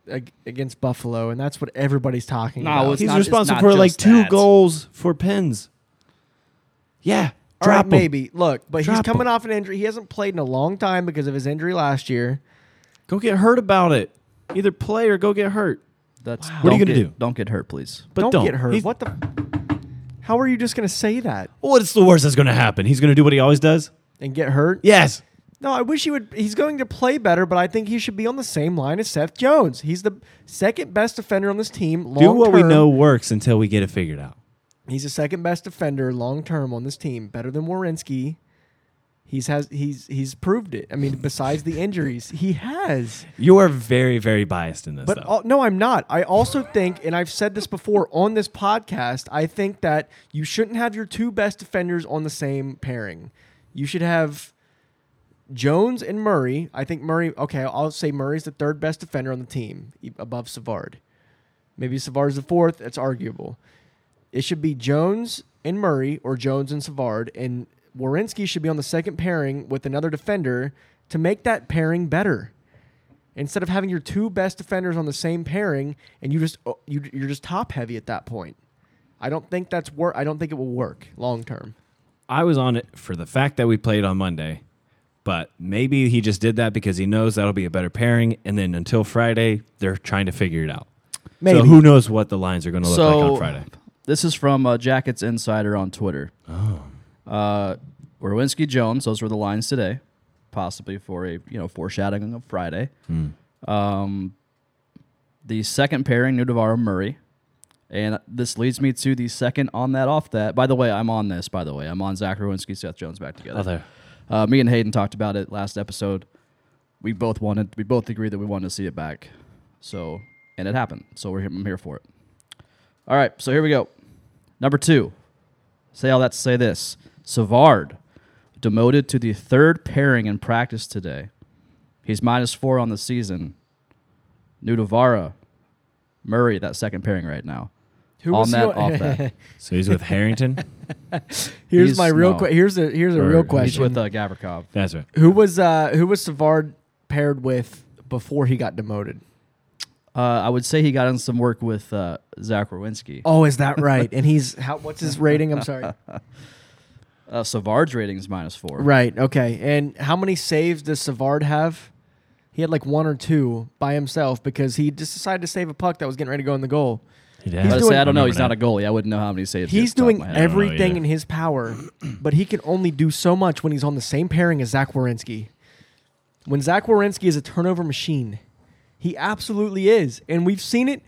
Speaker 2: ag- against Buffalo, and that's what everybody's talking
Speaker 3: No,
Speaker 2: about.
Speaker 3: it's
Speaker 1: he's
Speaker 3: not-
Speaker 1: responsible
Speaker 3: not
Speaker 1: for like
Speaker 3: just
Speaker 1: two
Speaker 3: that.
Speaker 1: goals for pins. Yeah.
Speaker 2: All right,
Speaker 1: Drop 'em.
Speaker 2: maybe. Look, but he's
Speaker 1: Drop
Speaker 2: coming
Speaker 1: him.
Speaker 2: off an injury. He hasn't played in a long time because of his injury last year.
Speaker 1: Go get hurt about it. Either play or go get hurt.
Speaker 3: That's
Speaker 1: What are you
Speaker 3: don't
Speaker 1: gonna
Speaker 3: get-
Speaker 1: do?
Speaker 3: Don't get hurt, please.
Speaker 1: But
Speaker 2: don't,
Speaker 1: don't,
Speaker 2: get hurt.
Speaker 1: He's-
Speaker 2: What the? How are you just going to say that
Speaker 1: What's the worst that's going to happen? He's going to do what he always does?
Speaker 2: and get hurt?
Speaker 1: Yes.
Speaker 2: No, I wish he would. He's going to play better, but I think he should be on the same line as Seth Jones. He's the second best defender on this team. Long
Speaker 1: do what we
Speaker 2: term.
Speaker 1: know works until we get it figured out.
Speaker 2: He's the second best defender long term on this team, better than Warinsky. He's has he's he's proved it. I mean, besides the injuries, he has.
Speaker 1: You are very, very biased in this,
Speaker 2: But
Speaker 1: though.
Speaker 2: al- no, I'm not. I also think, and I've said this before on this podcast, I think that you shouldn't have your two best defenders on the same pairing. You should have Jones and Murray. I think Murray, okay, I'll say Murray's the third best defender on the team e- above Savard. Maybe Savard's the fourth. It's arguable. It should be Jones and Murray or Jones and Savard, and Warinsky should be on the second pairing with another defender to make that pairing better instead of having your two best defenders on the same pairing and you just oh, you you're just top heavy at that point. I don't think that's work. I don't think it will work long term.
Speaker 1: I was on it for the fact that we played on Monday, but maybe he just did that because he knows that'll be a better pairing. And then until Friday, they're trying to figure it out.
Speaker 2: Maybe.
Speaker 1: So who knows what the lines are going to look like on Friday?
Speaker 3: This is from uh, Jackets Insider on Twitter. Oh. Uh, Rowinski Jones. Those were the lines today, possibly for a you know foreshadowing of Friday.
Speaker 1: Hmm.
Speaker 3: Um, the second pairing, Nudavara Murray. And this leads me to the second on that off that. By the way, I'm on this. By the way, I'm on Zach Rowinski, Seth Jones back together.
Speaker 1: there.
Speaker 3: Uh, me and Hayden talked about it last episode. We both wanted, we both agreed that we wanted to see it back. So, and it happened. So we're here, I'm here for it. All right, so here we go. Number two. Say all that to say this. Savard demoted to the third pairing in practice today. He's minus four on the season. Nudavara, Murray, that second pairing right now.
Speaker 2: Who
Speaker 3: on
Speaker 2: was he
Speaker 3: that,
Speaker 2: on-
Speaker 3: off that.
Speaker 1: So he's with Harrington.
Speaker 2: Here's
Speaker 3: He's-
Speaker 2: my real
Speaker 3: no.
Speaker 2: que- here's a here's a
Speaker 1: Or
Speaker 2: real
Speaker 1: he's
Speaker 3: He's
Speaker 2: question.
Speaker 3: with uh, Gavrikov.
Speaker 1: That's right.
Speaker 2: who was uh who was Savard paired with before he got demoted?
Speaker 3: Uh, I would say he got in some work with uh, Zach Rowinski.
Speaker 2: Oh, is that right? and he's how what's his rating? I'm sorry.
Speaker 3: Uh, Savard's ratings minus four.
Speaker 2: Right. Okay. And how many saves does Savard have? He had like one or two by himself because he just decided to save a puck that was getting ready to go in the goal.
Speaker 1: Yeah.
Speaker 2: He's
Speaker 3: But I,
Speaker 2: doing-
Speaker 3: say, I don't know. He's not
Speaker 1: Remember
Speaker 3: a goalie. I wouldn't know how many saves. he
Speaker 2: He's
Speaker 3: has off the top
Speaker 2: doing
Speaker 3: of my head.
Speaker 1: ev- know
Speaker 2: everything
Speaker 1: either.
Speaker 2: in his power, but he can only do so much when he's on the same pairing as Zach Wierenski. When Zach Wierenski is a turnover machine, he absolutely is, and we've seen it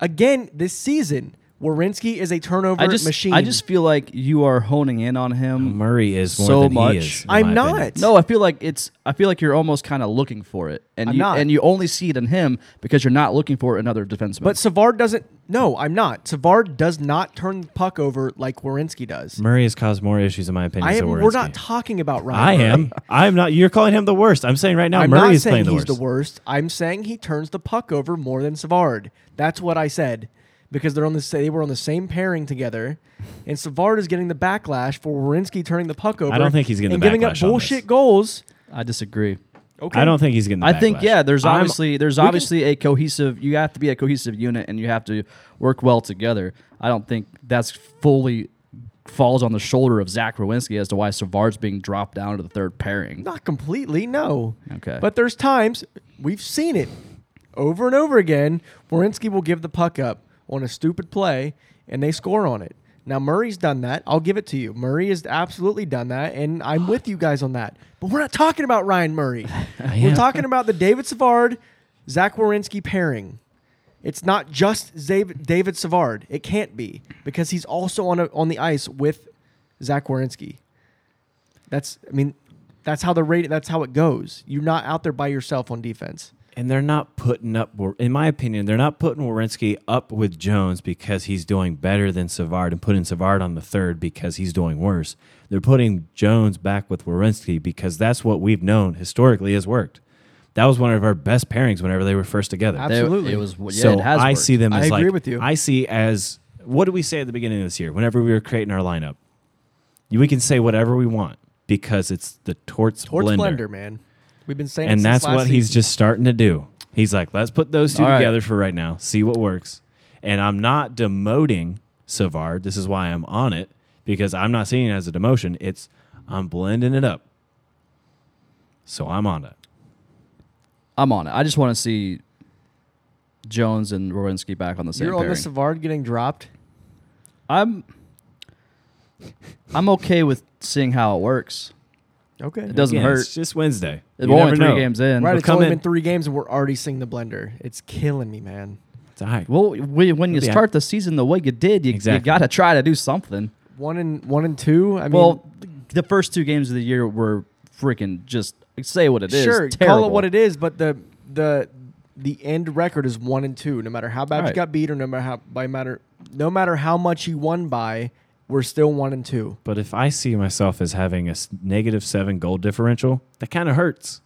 Speaker 2: again this season. Wierenski is a turnover
Speaker 3: I just,
Speaker 2: machine.
Speaker 3: I just feel like you are honing in on him.
Speaker 1: Murray is more
Speaker 3: So
Speaker 1: than
Speaker 3: much.
Speaker 1: He is, in
Speaker 2: I'm
Speaker 1: my
Speaker 2: not.
Speaker 1: opinion.
Speaker 3: No, I feel like it's. I feel like you're almost kind of looking for it, and
Speaker 2: I'm
Speaker 3: you
Speaker 2: not.
Speaker 3: and you only see it in him because you're not looking for another defenseman.
Speaker 2: but Savard doesn't. No, I'm not. Savard does not turn the puck over like Wierenski does.
Speaker 1: Murray has caused more issues in my opinion.
Speaker 2: I
Speaker 1: than
Speaker 2: am. We're
Speaker 1: Werenski.
Speaker 2: not talking about Ryan.
Speaker 1: I
Speaker 2: Murray.
Speaker 1: am. I'm not. You're calling him the worst. I'm saying right now
Speaker 2: I'm
Speaker 1: Murray
Speaker 2: not
Speaker 1: is playing
Speaker 2: saying
Speaker 1: the
Speaker 2: he's
Speaker 1: worst.
Speaker 2: the worst. I'm saying he turns the puck over more than Savard. That's what I said because they're on the sa- they were on the same pairing together, and Savard is getting the backlash for Wierenski turning the puck over.
Speaker 1: don't think he's getting
Speaker 2: and
Speaker 1: the
Speaker 2: giving up
Speaker 1: backlash on
Speaker 2: bullshit
Speaker 1: this.
Speaker 2: goals.
Speaker 3: I disagree.
Speaker 2: Okay,
Speaker 1: I don't think he's getting. The
Speaker 3: I think
Speaker 1: backlash.
Speaker 3: yeah. There's
Speaker 1: I'm-
Speaker 3: obviously there's
Speaker 2: we can-
Speaker 3: obviously a cohesive. You have to be a cohesive unit, and you have to work well together. I don't think that's fully falls on the shoulder of Zach Rowinski as to why Savard's being dropped down to the third pairing.
Speaker 2: not completely. No.
Speaker 3: Okay.
Speaker 2: but there's times we've seen it over and over again. Wierenski will give the puck up on a stupid play, and they score on it. Now Murray's done that. I'll give it to you. Murray has absolutely done that, and I'm with you guys on that. But we're not talking about Ryan Murray. we're
Speaker 1: am.
Speaker 2: talking about the David Savard, Zach Wierenski pairing. It's not just Zav- David Savard. It can't be because he's also on a, on the ice with Zach Wierenski. That's I mean, that's how the rate. That's how it goes. You're not out there by yourself on defense.
Speaker 1: and they're not putting up. In my opinion, they're not putting Wierenski up with Jones because he's doing better than Savard, and putting Savard on the third because he's doing worse. They're putting Jones back with Wierenski because that's what we've known historically has worked. That was one of our best pairings whenever they were first together.
Speaker 2: Absolutely.
Speaker 3: They- It was yeah.
Speaker 1: so
Speaker 3: it has
Speaker 1: I
Speaker 3: worked.
Speaker 1: see them.
Speaker 2: I
Speaker 1: As
Speaker 2: agree
Speaker 1: like-
Speaker 2: with you.
Speaker 1: I see as what did we say at the beginning of this year? Whenever we were creating our lineup, we can say whatever we want because it's the Torts,
Speaker 2: Torts
Speaker 1: blender,
Speaker 2: blender, man. We've been saying,
Speaker 1: and
Speaker 2: it since
Speaker 1: that's
Speaker 2: last
Speaker 1: what he's
Speaker 2: season.
Speaker 1: just starting to do. He's like, let's put those two
Speaker 3: All right.
Speaker 1: together for right now, see what works. And I'm not demoting Savard. This is why I'm on it because I'm not seeing it as a demotion. It's I'm blending it up. So I'm on it.
Speaker 3: I'm on it. I just want to see Jones and Rowinski back on the same
Speaker 2: You're on
Speaker 3: pairing.
Speaker 2: the Savard getting dropped.
Speaker 3: I'm I'm okay with seeing how it works.
Speaker 2: Okay,
Speaker 3: It doesn't
Speaker 1: Again,
Speaker 3: hurt.
Speaker 1: It's just Wednesday.
Speaker 3: We're
Speaker 1: You
Speaker 3: only
Speaker 1: never
Speaker 3: three
Speaker 1: know.
Speaker 3: games in.
Speaker 2: right.
Speaker 1: We'll
Speaker 2: It's
Speaker 1: come
Speaker 2: only
Speaker 1: in-
Speaker 2: been three games, and we're already seeing the blender. It's killing me, man.
Speaker 1: It's all right.
Speaker 3: Well, we, when you
Speaker 1: Yeah.
Speaker 3: start the season the way you did, you, you
Speaker 1: Exactly.
Speaker 3: got to try to do something.
Speaker 2: One and one and two. I mean,
Speaker 3: well, the first two games of the year were freaking just say what it is.
Speaker 2: sure,
Speaker 3: terrible.
Speaker 2: call it what it is, but the the the end record is one and two. No matter how bad you
Speaker 3: Right.
Speaker 2: got beat, or no matter how by matter, no matter how much you won by, we're still one and two.
Speaker 1: But if I see myself as having a s- negative seven goal differential, that kind of hurts.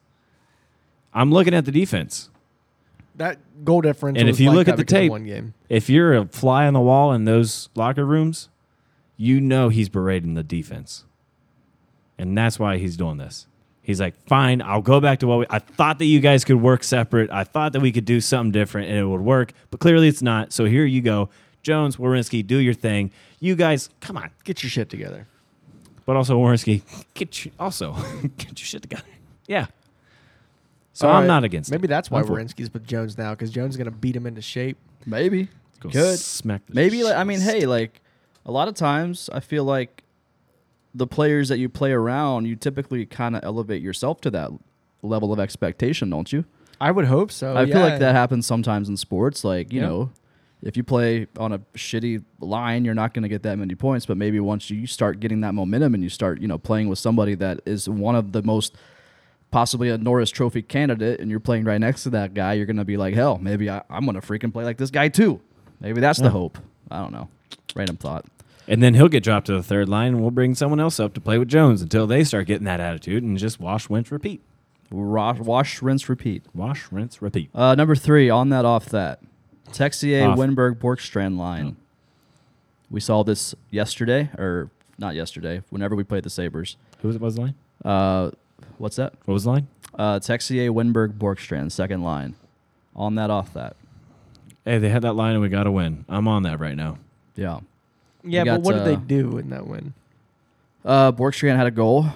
Speaker 1: I'm looking at the defense.
Speaker 2: That goal difference.
Speaker 1: And
Speaker 2: was
Speaker 1: if you
Speaker 2: like
Speaker 1: look
Speaker 2: that
Speaker 1: at the
Speaker 2: because of
Speaker 1: tape-
Speaker 2: one game.
Speaker 1: If you're a fly on the wall in those locker rooms, you know he's berating the defense. And that's why he's doing this. He's like, fine, I'll go back to what we, I thought that you guys could work separate. I thought that we could do something different and it would work, but clearly it's not. So here you go. Jones, Warinsky, do your thing. You guys, come on.
Speaker 2: Get your shit together.
Speaker 1: But also Warinsky, get your, also get your shit together. Yeah. So
Speaker 2: All
Speaker 1: I'm
Speaker 2: right.
Speaker 1: not against it.
Speaker 2: Maybe that's why
Speaker 1: I'm for it.
Speaker 2: Wierenski's with Jones now because Jones is going to beat him into shape.
Speaker 3: Maybe
Speaker 1: Go
Speaker 3: good.
Speaker 1: Smack the
Speaker 3: Maybe
Speaker 1: shit
Speaker 3: like, I mean, hey, like a lot of times I feel like the players that you play around, you typically kind of elevate yourself to that level of expectation, don't you?
Speaker 2: I would hope so.
Speaker 3: I feel
Speaker 2: yeah.
Speaker 3: like that happens sometimes in sports. Like, you
Speaker 2: Yeah.
Speaker 3: know, if you play on a shitty line, you're not going to get that many points. But maybe once you start getting that momentum and you start, you know, playing with somebody that is one of the most possibly a Norris Trophy candidate and you're playing right next to that guy, you're going to be like, hell, maybe I, I'm going to freaking play like this guy too. Maybe that's the hope. I don't know. Random thought.
Speaker 1: And then he'll get dropped to the third line, and we'll bring someone else up to play with Jones until they start getting that attitude and just wash, rinse, repeat.
Speaker 3: Ro- wash, rinse, repeat.
Speaker 1: Wash, rinse, repeat.
Speaker 3: Uh, number three, on that, off that. Texier,
Speaker 1: Off.
Speaker 3: Winberg, Borkstrand line. We saw this yesterday, or not yesterday, whenever we played the Sabres.
Speaker 1: Who was, what was the line?
Speaker 3: Uh, what's that?
Speaker 1: What was the line?
Speaker 3: Uh, Texier, Winberg, Borkstrand, second line. On that, off that.
Speaker 1: Hey, they had that line, and we got to win. I'm on that right now.
Speaker 3: Yeah.
Speaker 2: Yeah,
Speaker 3: You
Speaker 2: but
Speaker 3: got,
Speaker 2: what did they
Speaker 3: uh,
Speaker 2: do in that win?
Speaker 3: Uh, Borkstrand had a goal.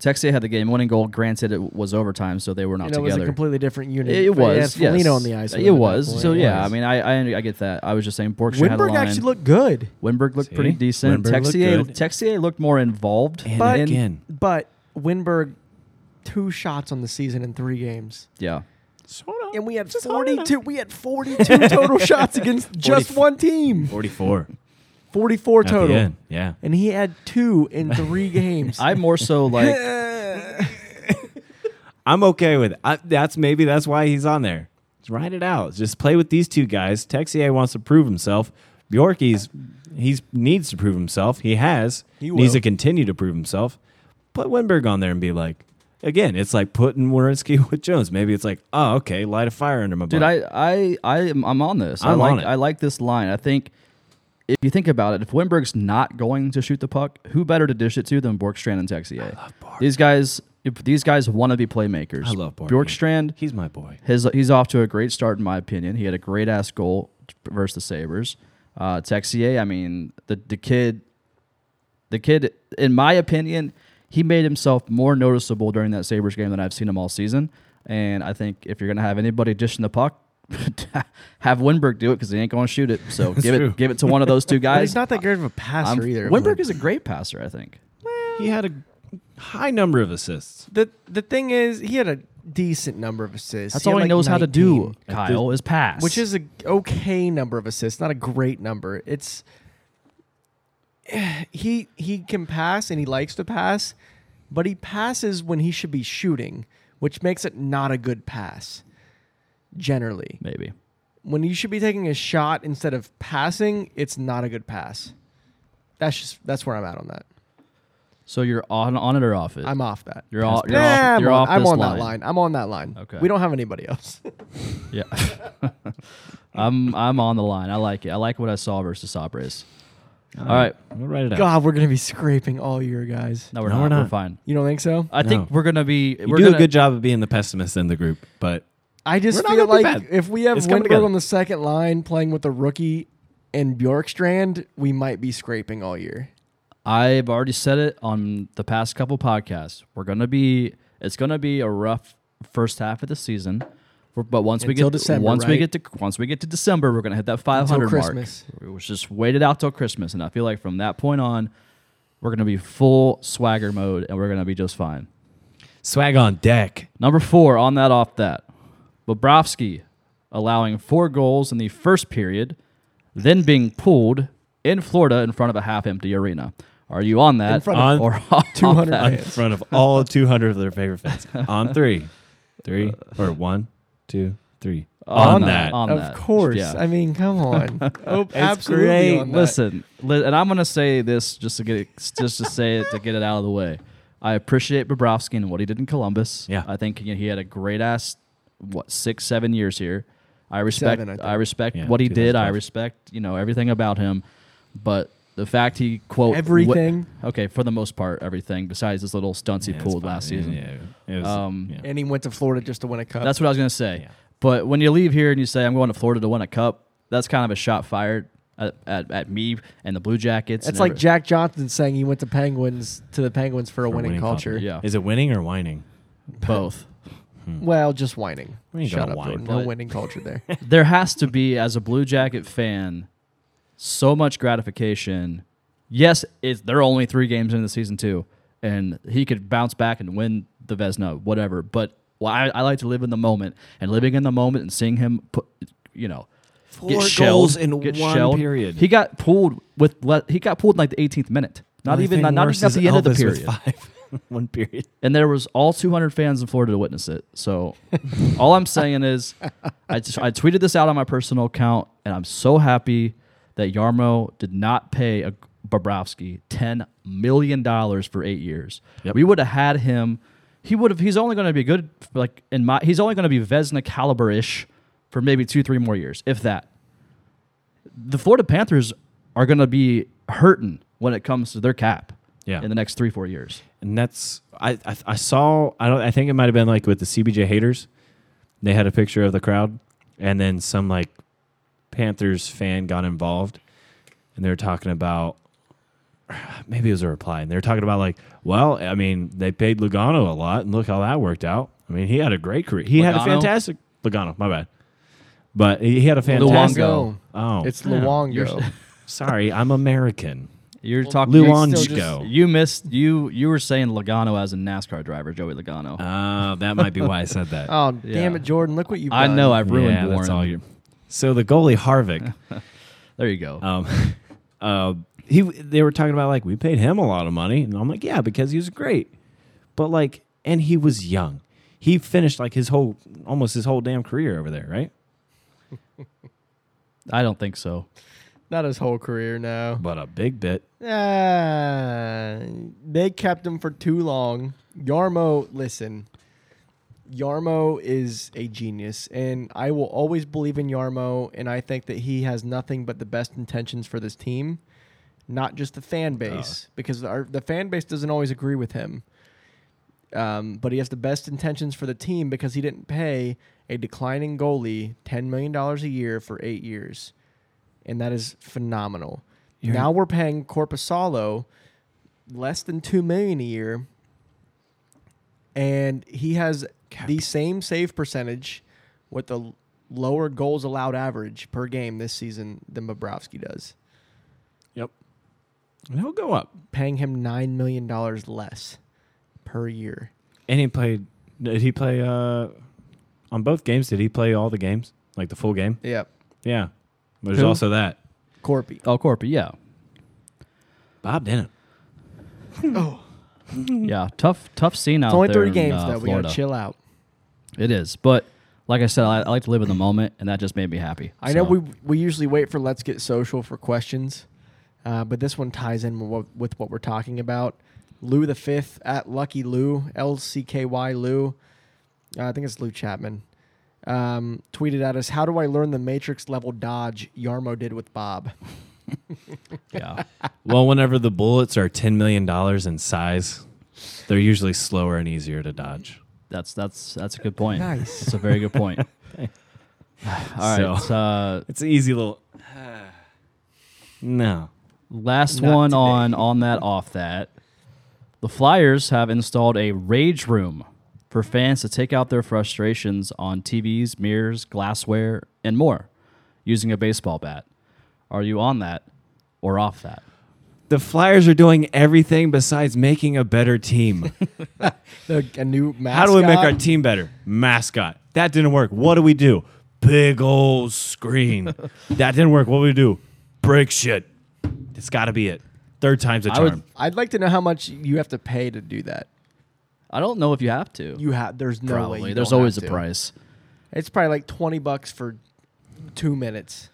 Speaker 3: Texier had the game winning goal. Granted, it was overtime, so they were not
Speaker 2: You know, it was a
Speaker 3: together.
Speaker 2: completely different unit.
Speaker 3: It- it
Speaker 2: They
Speaker 3: was.
Speaker 2: had
Speaker 3: yes.
Speaker 2: Foligno on the ice.
Speaker 3: It was. So, yeah,
Speaker 1: was.
Speaker 3: I mean, I, I I get that. I was just saying Borkstrand had a
Speaker 2: Winberg
Speaker 3: line.
Speaker 2: actually looked good,
Speaker 3: Winberg looked pretty
Speaker 1: See?
Speaker 3: decent.
Speaker 1: Winberg looked
Speaker 3: Texier,
Speaker 1: good.
Speaker 3: Texier looked more involved.
Speaker 1: And
Speaker 2: But-
Speaker 1: again,
Speaker 2: but Winberg, two shots on the season in three games,
Speaker 3: yeah.
Speaker 2: and we had forty-two. We had forty-two total shots against just one team.
Speaker 1: 44
Speaker 2: Forty-four
Speaker 1: at the
Speaker 2: total,
Speaker 1: end. Yeah.
Speaker 2: and he had two in three games.
Speaker 3: I more so like
Speaker 1: I'm okay with it. I, that's maybe that's why he's on there. Just ride it out. Just play with these two guys. Texier wants to prove himself. Bjorkie's he's needs to prove himself. He has.
Speaker 2: He
Speaker 1: needs
Speaker 2: will.
Speaker 1: to continue to prove himself. Put Winberg on there and be like, again, it's like putting Wierenski with Jones. Maybe it's like, oh, okay, light a fire under my
Speaker 3: Dude,
Speaker 1: butt.
Speaker 3: I, I, I am, I'm on this. i
Speaker 1: I'm
Speaker 3: like,
Speaker 1: on it.
Speaker 3: I like this line. I think if you think about it, if Winberg's not going to shoot the puck, who better to dish it to than Borkstrand and Texier? These guys, if these guys want to be playmakers.
Speaker 1: I love Borky.
Speaker 3: Bjorkstrand.
Speaker 1: He's my boy.
Speaker 3: His, he's off to a great start, in my opinion. He had a great ass goal versus the Sabers. Uh, Texier, I mean, the the kid, the kid, in my opinion, he made himself more noticeable during that Sabers game than I've seen him all season. And I think if you're gonna have anybody dishing the puck, have Winberg do it because he ain't gonna shoot it. So give
Speaker 1: true.
Speaker 3: it give it to one of those two
Speaker 2: but
Speaker 3: guys.
Speaker 2: he's not that great of a passer
Speaker 3: I'm-
Speaker 2: either.
Speaker 3: Winberg is a great passer, I think.
Speaker 1: He had a high number of assists.
Speaker 2: the the thing is he had a decent number of assists.
Speaker 3: That's
Speaker 2: had
Speaker 3: all he
Speaker 2: like
Speaker 3: knows how to
Speaker 2: 19.
Speaker 3: do, Kyle, is pass.
Speaker 2: which is a okay number of assists, not a great number. It's he he can pass and he likes to pass, but he passes when he should be shooting, which makes it not a good pass. Generally,
Speaker 3: maybe.
Speaker 2: when you should be taking a shot instead of passing, it's not a good pass. That's just that's where I'm at on that.
Speaker 3: So you're on on it or off it?
Speaker 2: I'm off that.
Speaker 3: You're all- you're
Speaker 2: Nah,
Speaker 3: off-
Speaker 2: I'm
Speaker 3: you're
Speaker 2: on,
Speaker 3: off
Speaker 2: I'm
Speaker 3: this
Speaker 2: on
Speaker 3: line.
Speaker 2: that line. I'm on that line.
Speaker 3: Okay.
Speaker 2: We don't have anybody else.
Speaker 3: Yeah. I'm I'm on the line. I like it. I like what I saw versus Sabres. All right.
Speaker 1: We'll write it out.
Speaker 2: God, we're gonna be scraping all year, guys.
Speaker 3: No, we're
Speaker 1: No,
Speaker 3: not.
Speaker 1: we're
Speaker 3: We're,
Speaker 1: not.
Speaker 3: fine.
Speaker 2: You don't think so?
Speaker 3: I think
Speaker 1: No.
Speaker 3: we're gonna be.
Speaker 1: You
Speaker 3: we're
Speaker 1: do
Speaker 3: gonna,
Speaker 1: a good job of being the pessimist in the group, but
Speaker 2: I
Speaker 1: We're
Speaker 2: just
Speaker 1: not
Speaker 2: feel
Speaker 1: gonna be
Speaker 2: like
Speaker 1: bad.
Speaker 2: if we have
Speaker 1: It's coming
Speaker 2: Winberg
Speaker 1: together.
Speaker 2: on the second line playing with a rookie and Bjorkstrand, we might be scraping all year.
Speaker 3: I've already said it on the past couple podcasts. We're gonna be. It's gonna be a rough first half of the season. We're- But once we
Speaker 2: Until
Speaker 3: get
Speaker 2: December,
Speaker 3: once we
Speaker 2: right?
Speaker 3: get to once we get to December, we're gonna hit that 500
Speaker 2: Christmas.
Speaker 3: mark. We're just waited out till Christmas, and I feel like from that point on, we're gonna be full swagger mode, and we're gonna be just fine.
Speaker 1: swag on deck.
Speaker 3: Number four on that off that. Bobrovsky allowing four goals in the first period, then being pulled in Florida in front of a half empty arena. Are you on that?
Speaker 2: In front of
Speaker 1: On-
Speaker 3: or off
Speaker 2: 200
Speaker 3: that?
Speaker 1: in front of all 200 of their favorite fans on three, three or one, two, three. On, that,
Speaker 3: Uh, On
Speaker 2: of
Speaker 3: that.
Speaker 2: course.
Speaker 3: Yeah.
Speaker 2: I mean, come on. oh, absolutely.
Speaker 1: great.
Speaker 2: on that.
Speaker 3: Listen, li- and I'm gonna say this just to get it, just to say it to get it out of the way. I appreciate Bobrovsky and what he did in Columbus.
Speaker 1: Yeah.
Speaker 3: I think he he had a great ass what six seven years here. I respect
Speaker 2: Seven, I think.
Speaker 3: I, respect
Speaker 1: Yeah,
Speaker 3: what he did. I
Speaker 1: 2012.
Speaker 3: respect you know everything about him, but the fact he quote
Speaker 2: Everything.
Speaker 3: wi- okay for the most part everything besides this little stunts he
Speaker 1: Yeah, it's
Speaker 3: pulled
Speaker 1: fine.
Speaker 3: last season.
Speaker 1: Yeah, yeah. It was-
Speaker 3: Um,
Speaker 1: yeah.
Speaker 2: And he went to Florida just to win a cup.
Speaker 3: That's what I was gonna say.
Speaker 1: Yeah.
Speaker 3: But when you leave here and you say I'm going to Florida to win a cup, that's kind of a shot fired at, at, at me and the Blue Jackets.
Speaker 2: That's
Speaker 3: and
Speaker 2: like
Speaker 3: every-
Speaker 2: Jack Johnson saying he went to Penguins to the Penguins for a
Speaker 1: For
Speaker 2: winning,
Speaker 1: winning
Speaker 2: culture.
Speaker 1: culture,
Speaker 3: yeah.
Speaker 1: Is it winning or whining?
Speaker 3: both.
Speaker 2: Well, just whining.
Speaker 1: We ain't
Speaker 2: Shut
Speaker 1: gonna
Speaker 2: up,
Speaker 1: whine.
Speaker 2: Jordan. No
Speaker 3: But-
Speaker 2: winning culture there.
Speaker 3: there has to be as a blue jacket fan so much gratification yes, it's they're only three games into the season two, and he could bounce back and win the Vesna, whatever. But well, I, I like to live in the moment, and living in the moment and seeing him put, you know,
Speaker 1: Four
Speaker 3: get
Speaker 1: goals
Speaker 3: shelled,
Speaker 1: in
Speaker 3: get
Speaker 1: one
Speaker 3: shelled.
Speaker 1: period.
Speaker 3: He got pulled with le- he got pulled in like the 18th minute. Not
Speaker 1: Only
Speaker 3: even
Speaker 1: thing
Speaker 3: not, not
Speaker 1: worse
Speaker 3: even at
Speaker 1: is
Speaker 3: the end of the
Speaker 1: Elvis with
Speaker 3: period
Speaker 1: Five. One period.
Speaker 3: and there was all 200 fans in Florida to witness it. So all I'm saying is, I, just, I tweeted this out on my personal account, and I'm so happy that Yarmo did not pay a Bobrovsky ten million dollars for eight years.
Speaker 1: Yep.
Speaker 3: We would have had him. He would have. He's only going to be good. Like in my, he's only going to be Vesna caliber ish for maybe two, three more years, if that the Florida Panthers are going to be hurting when it comes to their cap
Speaker 1: Yeah.
Speaker 3: in the next three, four years.
Speaker 1: and that's I, I I saw I don't I think it might have been like with the CBJ haters, they had a picture of the crowd, and then some like Panthers fan got involved, and they were talking about maybe it was a reply, and they were talking about like, well, I mean, they paid Lugano a lot, and look how that worked out. I mean, he had a great career. He had a
Speaker 3: Lugano?
Speaker 1: fantastic Lugano. My bad, but he he had a fantastic.
Speaker 2: Luongo.
Speaker 1: Oh,
Speaker 2: It's
Speaker 1: yeah.
Speaker 2: Luongo.
Speaker 1: Sorry, I'm American.
Speaker 3: You're talking
Speaker 2: still just-
Speaker 1: Luongo.
Speaker 3: You missed you. You were saying Logano as a NASCAR driver, Joey Logano.
Speaker 1: Ah, that might be why I said that.
Speaker 2: Oh
Speaker 3: Yeah.
Speaker 2: damn it, Jordan! Look what you've
Speaker 3: I
Speaker 2: done.
Speaker 3: know I've ruined
Speaker 1: uh, Yeah,
Speaker 3: Warren.
Speaker 1: that's all you- So the goalie Harvick,
Speaker 3: There you go.
Speaker 1: um, uh, he they were talking about like we paid him a lot of money, and I'm like, yeah, because he was great, but like, and he was young. He finished like his whole almost his whole damn career over there, right?
Speaker 3: I don't think so.
Speaker 2: Not his whole career now.
Speaker 1: But a big bit.
Speaker 2: Ah, they kept him for too long. Yarmo, listen. Yarmo is a genius, and I will always believe in Yarmo, and I think that he has nothing but the best intentions for this team, not just the fan base, because our, the fan base doesn't always agree with him. Um, but he has the best intentions for the team because he didn't pay a declining goalie $10 million a year for eight years. And that is phenomenal. now we're paying Corpusalo less than $2 million a year. And he has the same save percentage with the l- lower goals allowed average per game this season than Bobrovsky does.
Speaker 1: Yep. And he'll go up.
Speaker 2: Paying him $9 million less per year.
Speaker 1: And he played. Did he play uh, on both games? Did he play all the games, like the full game?
Speaker 2: Yep.
Speaker 1: Yeah. There's
Speaker 3: Who?
Speaker 1: also that
Speaker 2: Corpy.
Speaker 3: El Corpi, yeah,
Speaker 1: Bob didn't.
Speaker 3: yeah. Tough, tough scene
Speaker 2: Mm-hmm.
Speaker 3: out
Speaker 2: It's only
Speaker 3: there.
Speaker 2: three
Speaker 3: in,
Speaker 2: games,
Speaker 3: uh,
Speaker 2: though. We got
Speaker 3: Florida.
Speaker 2: to chill out.
Speaker 3: It is, but like I said, I, I like to live in the moment, and that just made me happy.
Speaker 2: I know
Speaker 3: So,
Speaker 2: we we usually wait for Let's Get Social for questions, uh, but this one ties in with what, with what we're talking about. Lou the Fifth at Lucky Lou L C K Y Lou, uh, I think it's Lou Chapman, um, tweeted at us. How do I learn the Matrix level dodge Yarmo did with Bob?
Speaker 3: yeah.
Speaker 1: Well, whenever the bullets are ten million dollars in size, they're usually slower and easier to dodge.
Speaker 3: That's that's that's a good point.
Speaker 2: Nice.
Speaker 3: That's a very good point. All right.
Speaker 1: So-
Speaker 3: uh,
Speaker 1: It's an easy little. no.
Speaker 3: last
Speaker 2: Not
Speaker 3: one
Speaker 2: today.
Speaker 3: on on that off that. The Flyers have installed a rage room for fans to take out their frustrations on TVs, mirrors, glassware, and more, using a baseball bat. Are you on that or off that?
Speaker 1: The Flyers are doing everything besides making a better team.
Speaker 2: The, a new mascot.
Speaker 1: How do we make our team better? Mascot. That didn't work. What do we do? Big old screen. that didn't work. What do we do? Break shit. It's got to be it. Third time's a
Speaker 3: I would-
Speaker 1: charm.
Speaker 2: I'd like to know how much you have to pay to do that.
Speaker 3: I don't know if you have to.
Speaker 2: You have there's no way.
Speaker 3: probably.
Speaker 2: you
Speaker 3: There's
Speaker 2: don't
Speaker 3: always a
Speaker 2: have to.
Speaker 3: price.
Speaker 2: It's probably like twenty bucks for two minutes.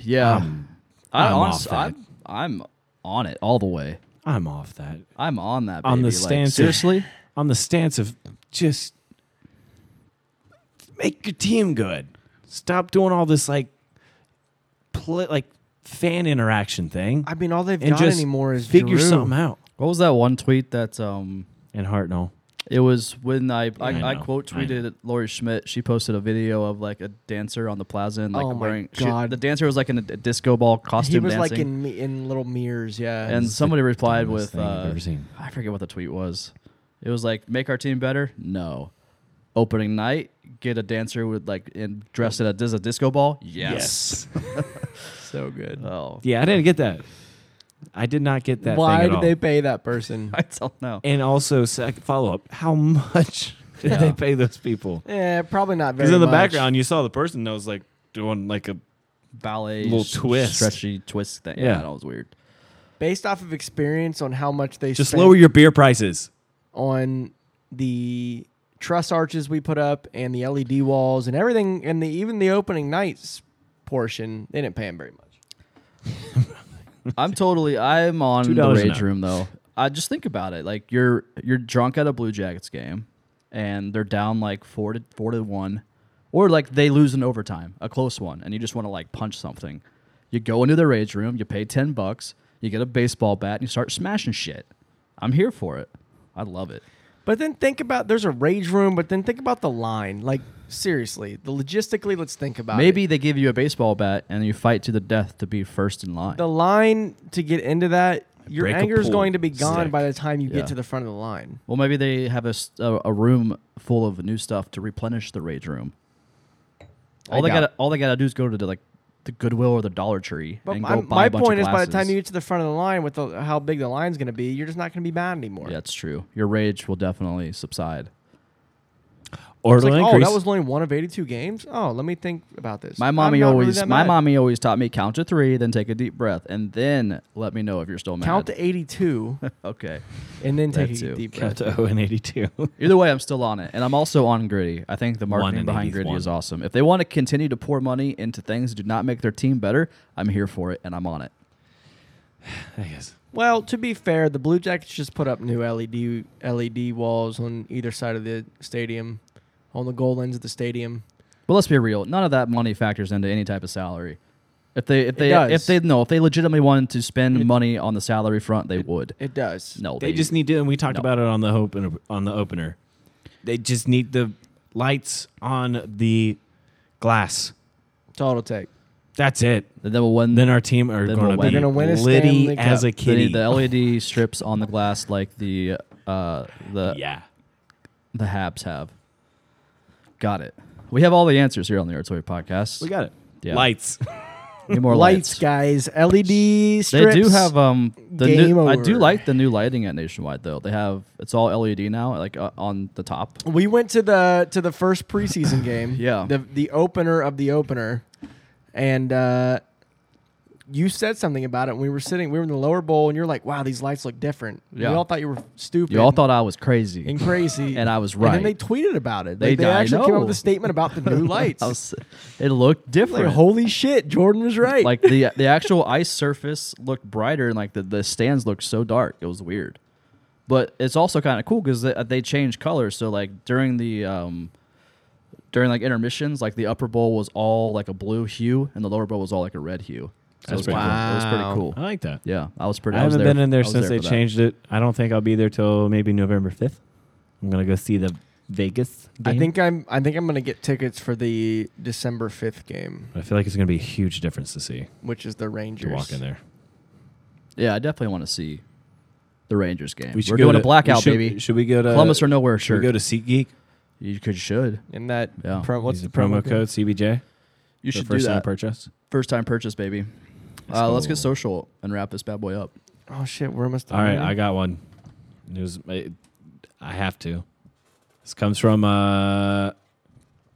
Speaker 3: Yeah. Um, I
Speaker 1: I'm
Speaker 3: am
Speaker 1: off that.
Speaker 3: I'm, I'm on it all the way.
Speaker 1: I'm off that.
Speaker 3: I'm on that.
Speaker 1: On the
Speaker 3: baby. Like,
Speaker 1: stance of-
Speaker 3: seriously.
Speaker 1: on the stance of just make your team good. Stop doing all this like pl- like fan interaction thing
Speaker 2: I mean, all they've
Speaker 1: and
Speaker 2: got
Speaker 1: just
Speaker 2: anymore is
Speaker 1: figure
Speaker 2: Giroux.
Speaker 1: something out.
Speaker 3: What was that one tweet that um
Speaker 1: And Hartnell,
Speaker 3: it was when I I,
Speaker 1: I
Speaker 3: I,
Speaker 1: know,
Speaker 3: quote
Speaker 1: I know.
Speaker 3: tweeted Lori Schmidt. She posted a video of like a dancer on the plaza and like
Speaker 2: Oh my
Speaker 3: wearing she-
Speaker 2: God.
Speaker 3: the dancer was like in a d- disco ball costume
Speaker 2: he was
Speaker 3: dancing.
Speaker 2: like in me- in little mirrors, yeah.
Speaker 3: and somebody replied
Speaker 1: dumbest
Speaker 3: with
Speaker 1: thing I've
Speaker 3: uh,
Speaker 1: ever seen.
Speaker 3: I forget what the tweet was. It was like make our team better? No. Opening night, get a dancer with like in dressed in a, dis- a disco ball? Yes.
Speaker 2: so good.
Speaker 3: Oh.
Speaker 1: yeah, I didn't get that. I did not get that.
Speaker 2: Why
Speaker 1: thing at
Speaker 2: did
Speaker 1: all.
Speaker 2: they pay that person?
Speaker 3: I don't know.
Speaker 1: And also, sec- follow up: How much did they
Speaker 3: Yeah.
Speaker 1: pay those people?
Speaker 2: yeah, probably not very.
Speaker 1: Because in the
Speaker 2: much.
Speaker 1: background, you saw the person that was like doing like a
Speaker 3: Ballet
Speaker 1: Little
Speaker 3: s-
Speaker 1: twist.
Speaker 3: stretchy twist thing.
Speaker 1: Yeah.
Speaker 3: Yeah, that was weird.
Speaker 2: based off of experience on how much they
Speaker 1: just
Speaker 2: spent
Speaker 1: lower your beer prices.
Speaker 2: on the truss arches we put up and the LED walls and everything, and the even the opening nights portion, they didn't pay him very much.
Speaker 3: I'm totally. I'm on the
Speaker 1: $2 an
Speaker 3: rage
Speaker 1: hour.
Speaker 3: room though. I just think about it. Like you're you're drunk at a Blue Jackets game, and they're down like four to four to one, or like they lose in overtime, a close one, and you just want to like punch something. You go into the rage room. You pay ten bucks. You get a baseball bat and you start smashing shit. I'm here for it. I love it.
Speaker 2: But then think about there's a rage room, but then think about the line. Like seriously, the logistically, let's think about it.
Speaker 3: Maybe they give you a baseball bat and you fight to the death to be first in line.
Speaker 2: the line to get into that. Your
Speaker 1: Break a
Speaker 2: anger is
Speaker 1: pool.
Speaker 2: going to be gone
Speaker 1: Sick.
Speaker 2: by the time you
Speaker 3: Yeah.
Speaker 2: get to the front of the line.
Speaker 3: Well, maybe they have a, s- a- a room full of new stuff to replenish the rage room. All
Speaker 2: I
Speaker 3: they
Speaker 2: doubt
Speaker 3: got all they got to do is go to the, like the Goodwill or the Dollar Tree
Speaker 2: But
Speaker 3: and
Speaker 2: my,
Speaker 3: go buy
Speaker 2: my
Speaker 3: a bunch
Speaker 2: point
Speaker 3: of
Speaker 2: is, by
Speaker 3: glasses.
Speaker 2: the time you get to the front of the line, with the, how big the line's going to be, you're just not going to be mad anymore.
Speaker 3: yeah, it's true. Your rage will definitely subside.
Speaker 1: Or
Speaker 2: It's
Speaker 1: it'll
Speaker 2: like, oh,
Speaker 1: increase.
Speaker 2: that was only one of 82 games. Oh, let me think about this.
Speaker 3: My
Speaker 2: I'm
Speaker 3: mommy
Speaker 2: not really
Speaker 3: always
Speaker 2: that
Speaker 3: my
Speaker 2: mad.
Speaker 3: mommy always taught me count to 3, then take a deep breath and then let me know if you're still mad.
Speaker 2: count to 82
Speaker 3: okay.
Speaker 2: and then take
Speaker 3: That too.
Speaker 2: a deep breath.
Speaker 1: Count to 0 and 82.
Speaker 3: Either way, I'm still on it, and I'm also on Gritty. I think the marketing
Speaker 1: and
Speaker 3: behind
Speaker 1: 81.
Speaker 3: Gritty is awesome. If they want to continue to pour money into things that do not make their team better, I'm here for it, and I'm on it.
Speaker 1: I guess.
Speaker 2: Well, to be fair, the Blue Jackets just put up new E LED LED walls on either side of the stadium, on the goal ends of the stadium.
Speaker 3: But let's be real, none of that money factors into any type of salary. If they if they
Speaker 2: does.
Speaker 3: if they no if they legitimately wanted to spend money on the salary front, they would.
Speaker 2: It does.
Speaker 3: No,
Speaker 1: They just need to, and we talked
Speaker 3: No.
Speaker 1: about it on the open, on the opener. They just need the lights on the glass.
Speaker 2: That's all it'll take.
Speaker 1: That's it.
Speaker 3: then will win.
Speaker 1: Then our team are
Speaker 3: Then
Speaker 1: going to
Speaker 3: we'll
Speaker 1: be
Speaker 3: win. They're
Speaker 2: gonna win a
Speaker 1: litty
Speaker 2: Stanley
Speaker 1: as
Speaker 2: Cup.
Speaker 1: a
Speaker 3: they
Speaker 1: kitty.
Speaker 3: need the LED strips on the glass like the uh the
Speaker 1: yeah.
Speaker 3: the Habs have. Got it. We have all the answers here on the Artsoy podcast.
Speaker 1: We got it.
Speaker 3: Yeah.
Speaker 1: Lights.
Speaker 3: Need more
Speaker 2: lights, guys. LED
Speaker 3: They
Speaker 2: strips.
Speaker 3: do have um the
Speaker 2: Game
Speaker 3: new, I do
Speaker 2: over.
Speaker 3: like the new lighting at Nationwide though. They have it's all LED now, like uh, on the top.
Speaker 2: We went to the to the first preseason game.
Speaker 3: Yeah.
Speaker 2: The the opener of the opener, and uh, you said something about it. when We were sitting. We were in the lower bowl, and you're like, "Wow, these lights look different."
Speaker 3: Yeah.
Speaker 2: We all thought you were stupid.
Speaker 3: You all thought I was crazy,
Speaker 2: and crazy,
Speaker 3: and I was
Speaker 2: And
Speaker 3: right.
Speaker 2: then they tweeted about it.
Speaker 3: They-
Speaker 2: Like, They,
Speaker 3: I
Speaker 2: actually came up with
Speaker 3: know.
Speaker 2: a statement about the new lights.
Speaker 3: I was- it looked
Speaker 2: like,
Speaker 3: different.
Speaker 2: holy shit, Jordan was right.
Speaker 3: like the the actual ice surface looked brighter and like the, the stands looked so dark it was weird but it's also kind of cool because they, uh, they change colors so like during the um during like intermissions like the upper bowl was all like a blue hue and the lower bowl was all like a red hue so it
Speaker 1: That's
Speaker 3: was, pretty
Speaker 1: pretty
Speaker 3: cool. it was pretty
Speaker 2: Wow.
Speaker 3: cool
Speaker 1: I like that.
Speaker 3: yeah i was pretty
Speaker 1: I
Speaker 3: i, was
Speaker 1: haven't
Speaker 3: there-
Speaker 1: been in
Speaker 3: I
Speaker 1: there
Speaker 3: was
Speaker 1: since they
Speaker 3: for that.
Speaker 1: changed it. I don't think I'll be there till maybe November 5th. I'm going to go see the Vegas game.
Speaker 2: I think I'm. I think I'm gonna get tickets for the December fifth game,
Speaker 1: I feel like it's going to be a huge difference to see
Speaker 2: which is the Rangers.
Speaker 1: to walk in there.
Speaker 3: yeah i definitely want to see the rangers game
Speaker 1: We should
Speaker 3: are
Speaker 1: go
Speaker 3: doing
Speaker 1: to,
Speaker 3: a blackout
Speaker 1: we should,
Speaker 3: baby
Speaker 1: Should we go to
Speaker 3: columbus or nowhere
Speaker 1: Should we
Speaker 3: shirt
Speaker 1: go to SeatGeek?
Speaker 3: you could should
Speaker 2: And that
Speaker 3: Yeah.
Speaker 2: pro- what's
Speaker 1: Use
Speaker 2: the
Speaker 1: the promo
Speaker 2: code?
Speaker 1: code CBJ.
Speaker 3: you
Speaker 1: for
Speaker 3: should do
Speaker 1: first time
Speaker 3: that
Speaker 1: purchase.
Speaker 3: first time purchase baby
Speaker 1: Let's
Speaker 3: uh, let's
Speaker 1: go.
Speaker 3: get social and wrap this bad boy up
Speaker 2: Oh shit, we're almost.
Speaker 1: All right, I got one. It was, I- I have to. This comes from uh,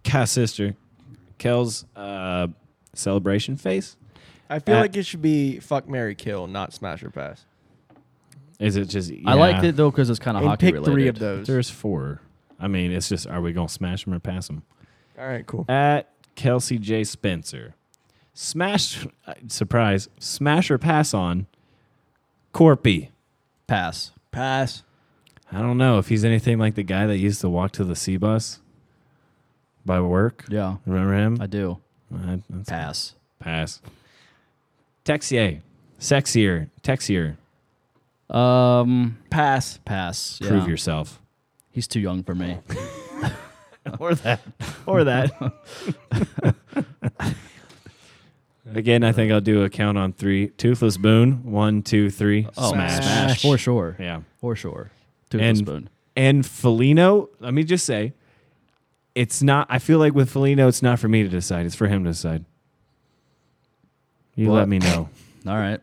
Speaker 1: Cass sister, Kel's uh, celebration face.
Speaker 2: I feel
Speaker 1: Uh,
Speaker 2: like it should be fuck Mary Kill, not Smash or Pass.
Speaker 1: Is it just?
Speaker 3: I liked
Speaker 1: yeah.
Speaker 3: it though because it's kind of
Speaker 2: and
Speaker 3: hockey
Speaker 2: pick
Speaker 3: related.
Speaker 2: three of those.
Speaker 1: There's four. I mean, it's just are we gonna smash them or pass them?
Speaker 2: All right, cool.
Speaker 1: At Kelsey J Spencer, smash uh, surprise smash or pass on Corpy.
Speaker 3: Pass.
Speaker 2: Pass.
Speaker 1: I don't know if he's anything like the guy that used to walk to the C bus by work.
Speaker 3: Yeah,
Speaker 1: Remember him?
Speaker 3: I do.
Speaker 1: Uh, that's-
Speaker 3: Pass.
Speaker 1: Pass. Texier. Sexier. Texier.
Speaker 3: Um,
Speaker 2: Pass.
Speaker 3: pass. Yeah.
Speaker 1: Prove yourself.
Speaker 3: He's too young for me.
Speaker 1: or that. Or that. Again, I think I'll do a count on three. Toothless Boone. One, two, three.
Speaker 3: Oh,
Speaker 2: Smash.
Speaker 3: smash. for sure.
Speaker 1: Yeah.
Speaker 3: For sure. Two
Speaker 1: And-
Speaker 3: spoon.
Speaker 1: And Felino, let me just say, it's not, I feel like with Felino, it's not for me to decide. It's for him to decide. You
Speaker 3: What?
Speaker 1: let me know.
Speaker 3: All right.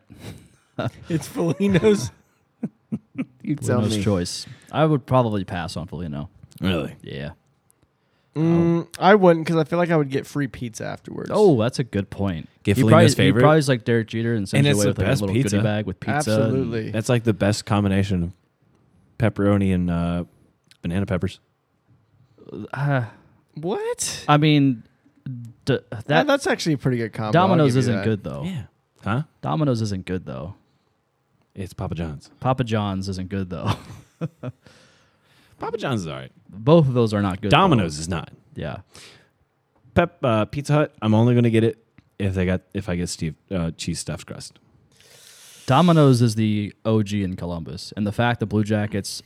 Speaker 2: It's Felino's.
Speaker 1: You
Speaker 3: Felino's choice. I would probably pass on Felino.
Speaker 1: Really?
Speaker 3: Yeah.
Speaker 2: Mm, I wouldn't because I feel like I would get free pizza afterwards.
Speaker 3: Oh, that's a good point.
Speaker 1: Get
Speaker 3: He
Speaker 1: Felino's
Speaker 3: probably,
Speaker 1: favorite.
Speaker 3: He probably is like Derek Jeter and sends
Speaker 1: And
Speaker 3: you
Speaker 1: it's
Speaker 3: away
Speaker 1: the
Speaker 3: with like a
Speaker 1: best
Speaker 3: little
Speaker 1: pizza.
Speaker 3: goodie bag with pizza. and-
Speaker 2: absolutely.
Speaker 1: That's like the best combination of pepperoni and uh, banana peppers.
Speaker 3: Ah,
Speaker 2: what?
Speaker 3: I mean, d-
Speaker 2: Yeah,
Speaker 3: Uh, that
Speaker 2: that's actually a pretty good combo. I'll
Speaker 3: Domino's
Speaker 2: give you
Speaker 3: isn't
Speaker 2: that.
Speaker 3: good though.
Speaker 1: Yeah. Huh?
Speaker 3: Domino's isn't good though.
Speaker 1: It's Papa John's.
Speaker 3: Papa John's isn't good though.
Speaker 1: Papa John's is all right.
Speaker 3: Both of those are not good. though.
Speaker 1: Domino's is not.
Speaker 3: Yeah.
Speaker 1: Pep uh, Pizza Hut. I'm only gonna get it if I got if I get Steve uh, cheese stuffed crust.
Speaker 3: Domino's is the OG in Columbus, and the fact the Blue Jackets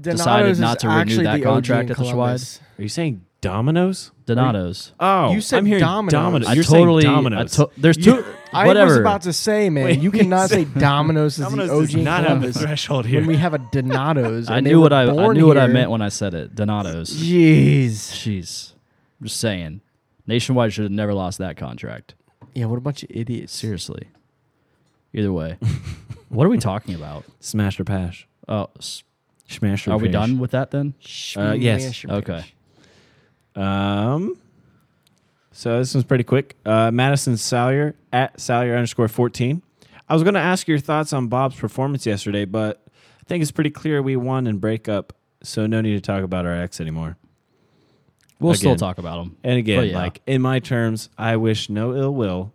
Speaker 3: decided
Speaker 2: Donato's
Speaker 3: not
Speaker 2: is
Speaker 3: to renew
Speaker 2: actually
Speaker 3: that
Speaker 2: the OG
Speaker 3: contract
Speaker 2: in
Speaker 3: at the
Speaker 2: Columbus.
Speaker 1: Are you saying Domino's?
Speaker 3: Donato's.
Speaker 1: Oh,
Speaker 2: You said
Speaker 1: I'm hearing
Speaker 2: Domino's.
Speaker 1: Domino's.
Speaker 2: I
Speaker 1: You're
Speaker 3: totally.
Speaker 1: saying
Speaker 3: I
Speaker 1: Domino's.
Speaker 3: to- there's
Speaker 2: You-
Speaker 3: two.
Speaker 2: I
Speaker 3: whatever.
Speaker 2: was about to say, man,
Speaker 1: Wait,
Speaker 2: you
Speaker 1: you
Speaker 2: cannot say
Speaker 1: said-
Speaker 2: Domino's is the
Speaker 1: Domino's
Speaker 2: OG
Speaker 1: does
Speaker 2: in
Speaker 1: not have the
Speaker 2: Columbus
Speaker 1: threshold here.
Speaker 2: when we have a Donato's.
Speaker 3: I
Speaker 2: and they
Speaker 3: knew
Speaker 2: were
Speaker 3: what I. I
Speaker 2: born
Speaker 3: knew what I
Speaker 2: here.
Speaker 3: meant when I said it. Donato's.
Speaker 2: Jeez.
Speaker 3: Jeez. I'm just saying. Nationwide should have never lost that contract.
Speaker 2: Yeah, what a bunch of idiots.
Speaker 3: Seriously. Either way, what are we talking about?
Speaker 1: Smash or pash?
Speaker 3: Oh, s-
Speaker 1: Smash or
Speaker 3: are we
Speaker 1: pash.
Speaker 3: done with that then?
Speaker 1: Uh, yes.
Speaker 2: Smash your
Speaker 3: Okay.
Speaker 2: bitch.
Speaker 1: Um. So this one's pretty quick. Uh, Madison Salyer at Salyer underscore fourteen. I was going to ask your thoughts on Bob's performance yesterday, but I think it's pretty clear we won and break up, so no need to talk about our ex anymore.
Speaker 3: We'll still
Speaker 1: Again.
Speaker 3: talk about them.
Speaker 1: And again,
Speaker 3: But yeah.
Speaker 1: like in my terms, I wish no ill will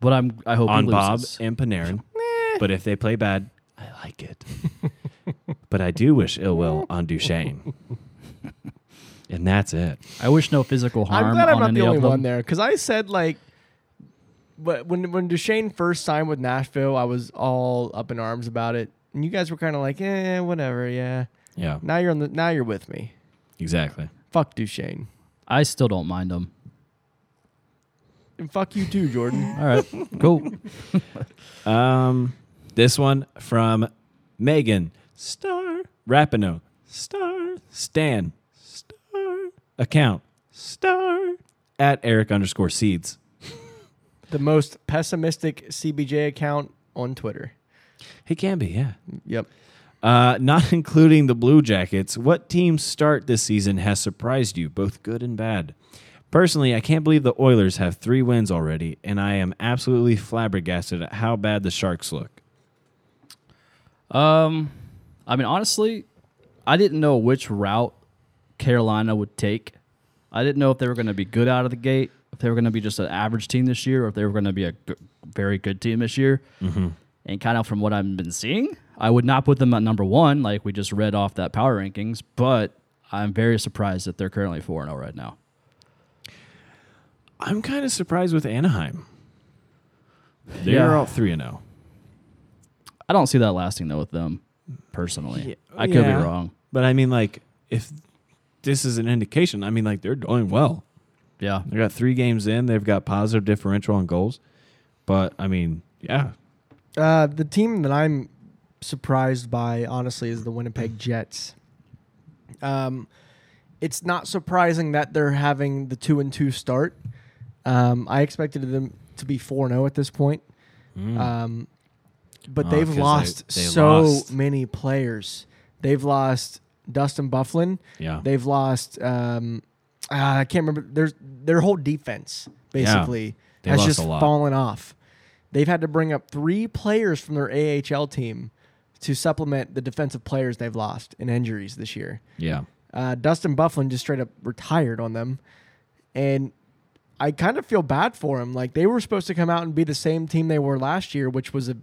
Speaker 3: But I'm. I hope he
Speaker 1: on Bob
Speaker 3: loses.
Speaker 1: and Panarin. but if they play bad, I like it. but I do wish ill will on Duchesne. and that's it.
Speaker 3: I wish no physical harm.
Speaker 2: I'm glad I'm
Speaker 3: on
Speaker 2: not
Speaker 3: any
Speaker 2: the only
Speaker 3: of them.
Speaker 2: one there because I said like, but when when Duchesne first signed with Nashville, I was all up in arms about it, and you guys were kind of like, eh, whatever, yeah.
Speaker 1: Yeah,
Speaker 2: Now you're on the now you're with me.
Speaker 1: exactly.
Speaker 2: Fuck Duchesne,
Speaker 3: I still don't mind them.
Speaker 2: and fuck you too, Jordan.
Speaker 3: All right, cool.
Speaker 1: Um, this one from Megan Star Rapino Star Stan Star account Star at Eric underscore Seeds.
Speaker 2: the most pessimistic CBJ account on Twitter.
Speaker 1: He can be, yeah.
Speaker 2: Yep.
Speaker 1: Uh, not including the Blue Jackets, what team's start this season has surprised you, both good and bad? Personally, I can't believe the Oilers have three wins already, and I am absolutely flabbergasted at how bad the Sharks look.
Speaker 3: Um, I mean, honestly, I didn't know which route Carolina would take. I didn't know if they were going to be good out of the gate, if they were going to be just an average team this year, or if they were going to be a g- very good team this year.
Speaker 1: Mm-hmm.
Speaker 3: And kind of from what I've been seeing, I would not put them at number one, like we just read off that power rankings. But I'm very surprised that they're currently four and zero right now.
Speaker 1: I'm kind of surprised with Anaheim. They're
Speaker 3: Yeah.
Speaker 1: all three and oh. zero.
Speaker 3: I don't see that lasting though with them personally. I could
Speaker 1: Yeah.
Speaker 3: be wrong.
Speaker 1: But I mean, like, if this is an indication, I mean, like, they're doing well.
Speaker 3: Yeah,
Speaker 1: They got three games in. They've got positive differential on goals. But I mean, yeah,
Speaker 2: Uh, the team that I'm surprised by, honestly, is the
Speaker 1: Mm.
Speaker 2: Winnipeg Jets. Um, it's not surprising that they're having the two and two start. Um, I expected them to be four zero at this point, um, but
Speaker 1: Mm. Oh,
Speaker 2: they've
Speaker 1: 'cause they-
Speaker 2: lost
Speaker 1: they
Speaker 2: so
Speaker 1: lost.
Speaker 2: many players. They've lost Dustin Bufflin.
Speaker 1: yeah,
Speaker 2: They've lost. Um, ah, I can't remember. There's their whole defense basically
Speaker 1: They
Speaker 2: has
Speaker 1: lost
Speaker 2: just
Speaker 1: a lot.
Speaker 2: fallen off. They've had to bring up three players from their AHL team to supplement the defensive players they've lost in injuries this year.
Speaker 1: yeah.
Speaker 2: Uh, Dustin Bufflin just straight up retired on them, and I kind of feel bad for him. Like they were supposed to come out and be the same team they were last year, which was a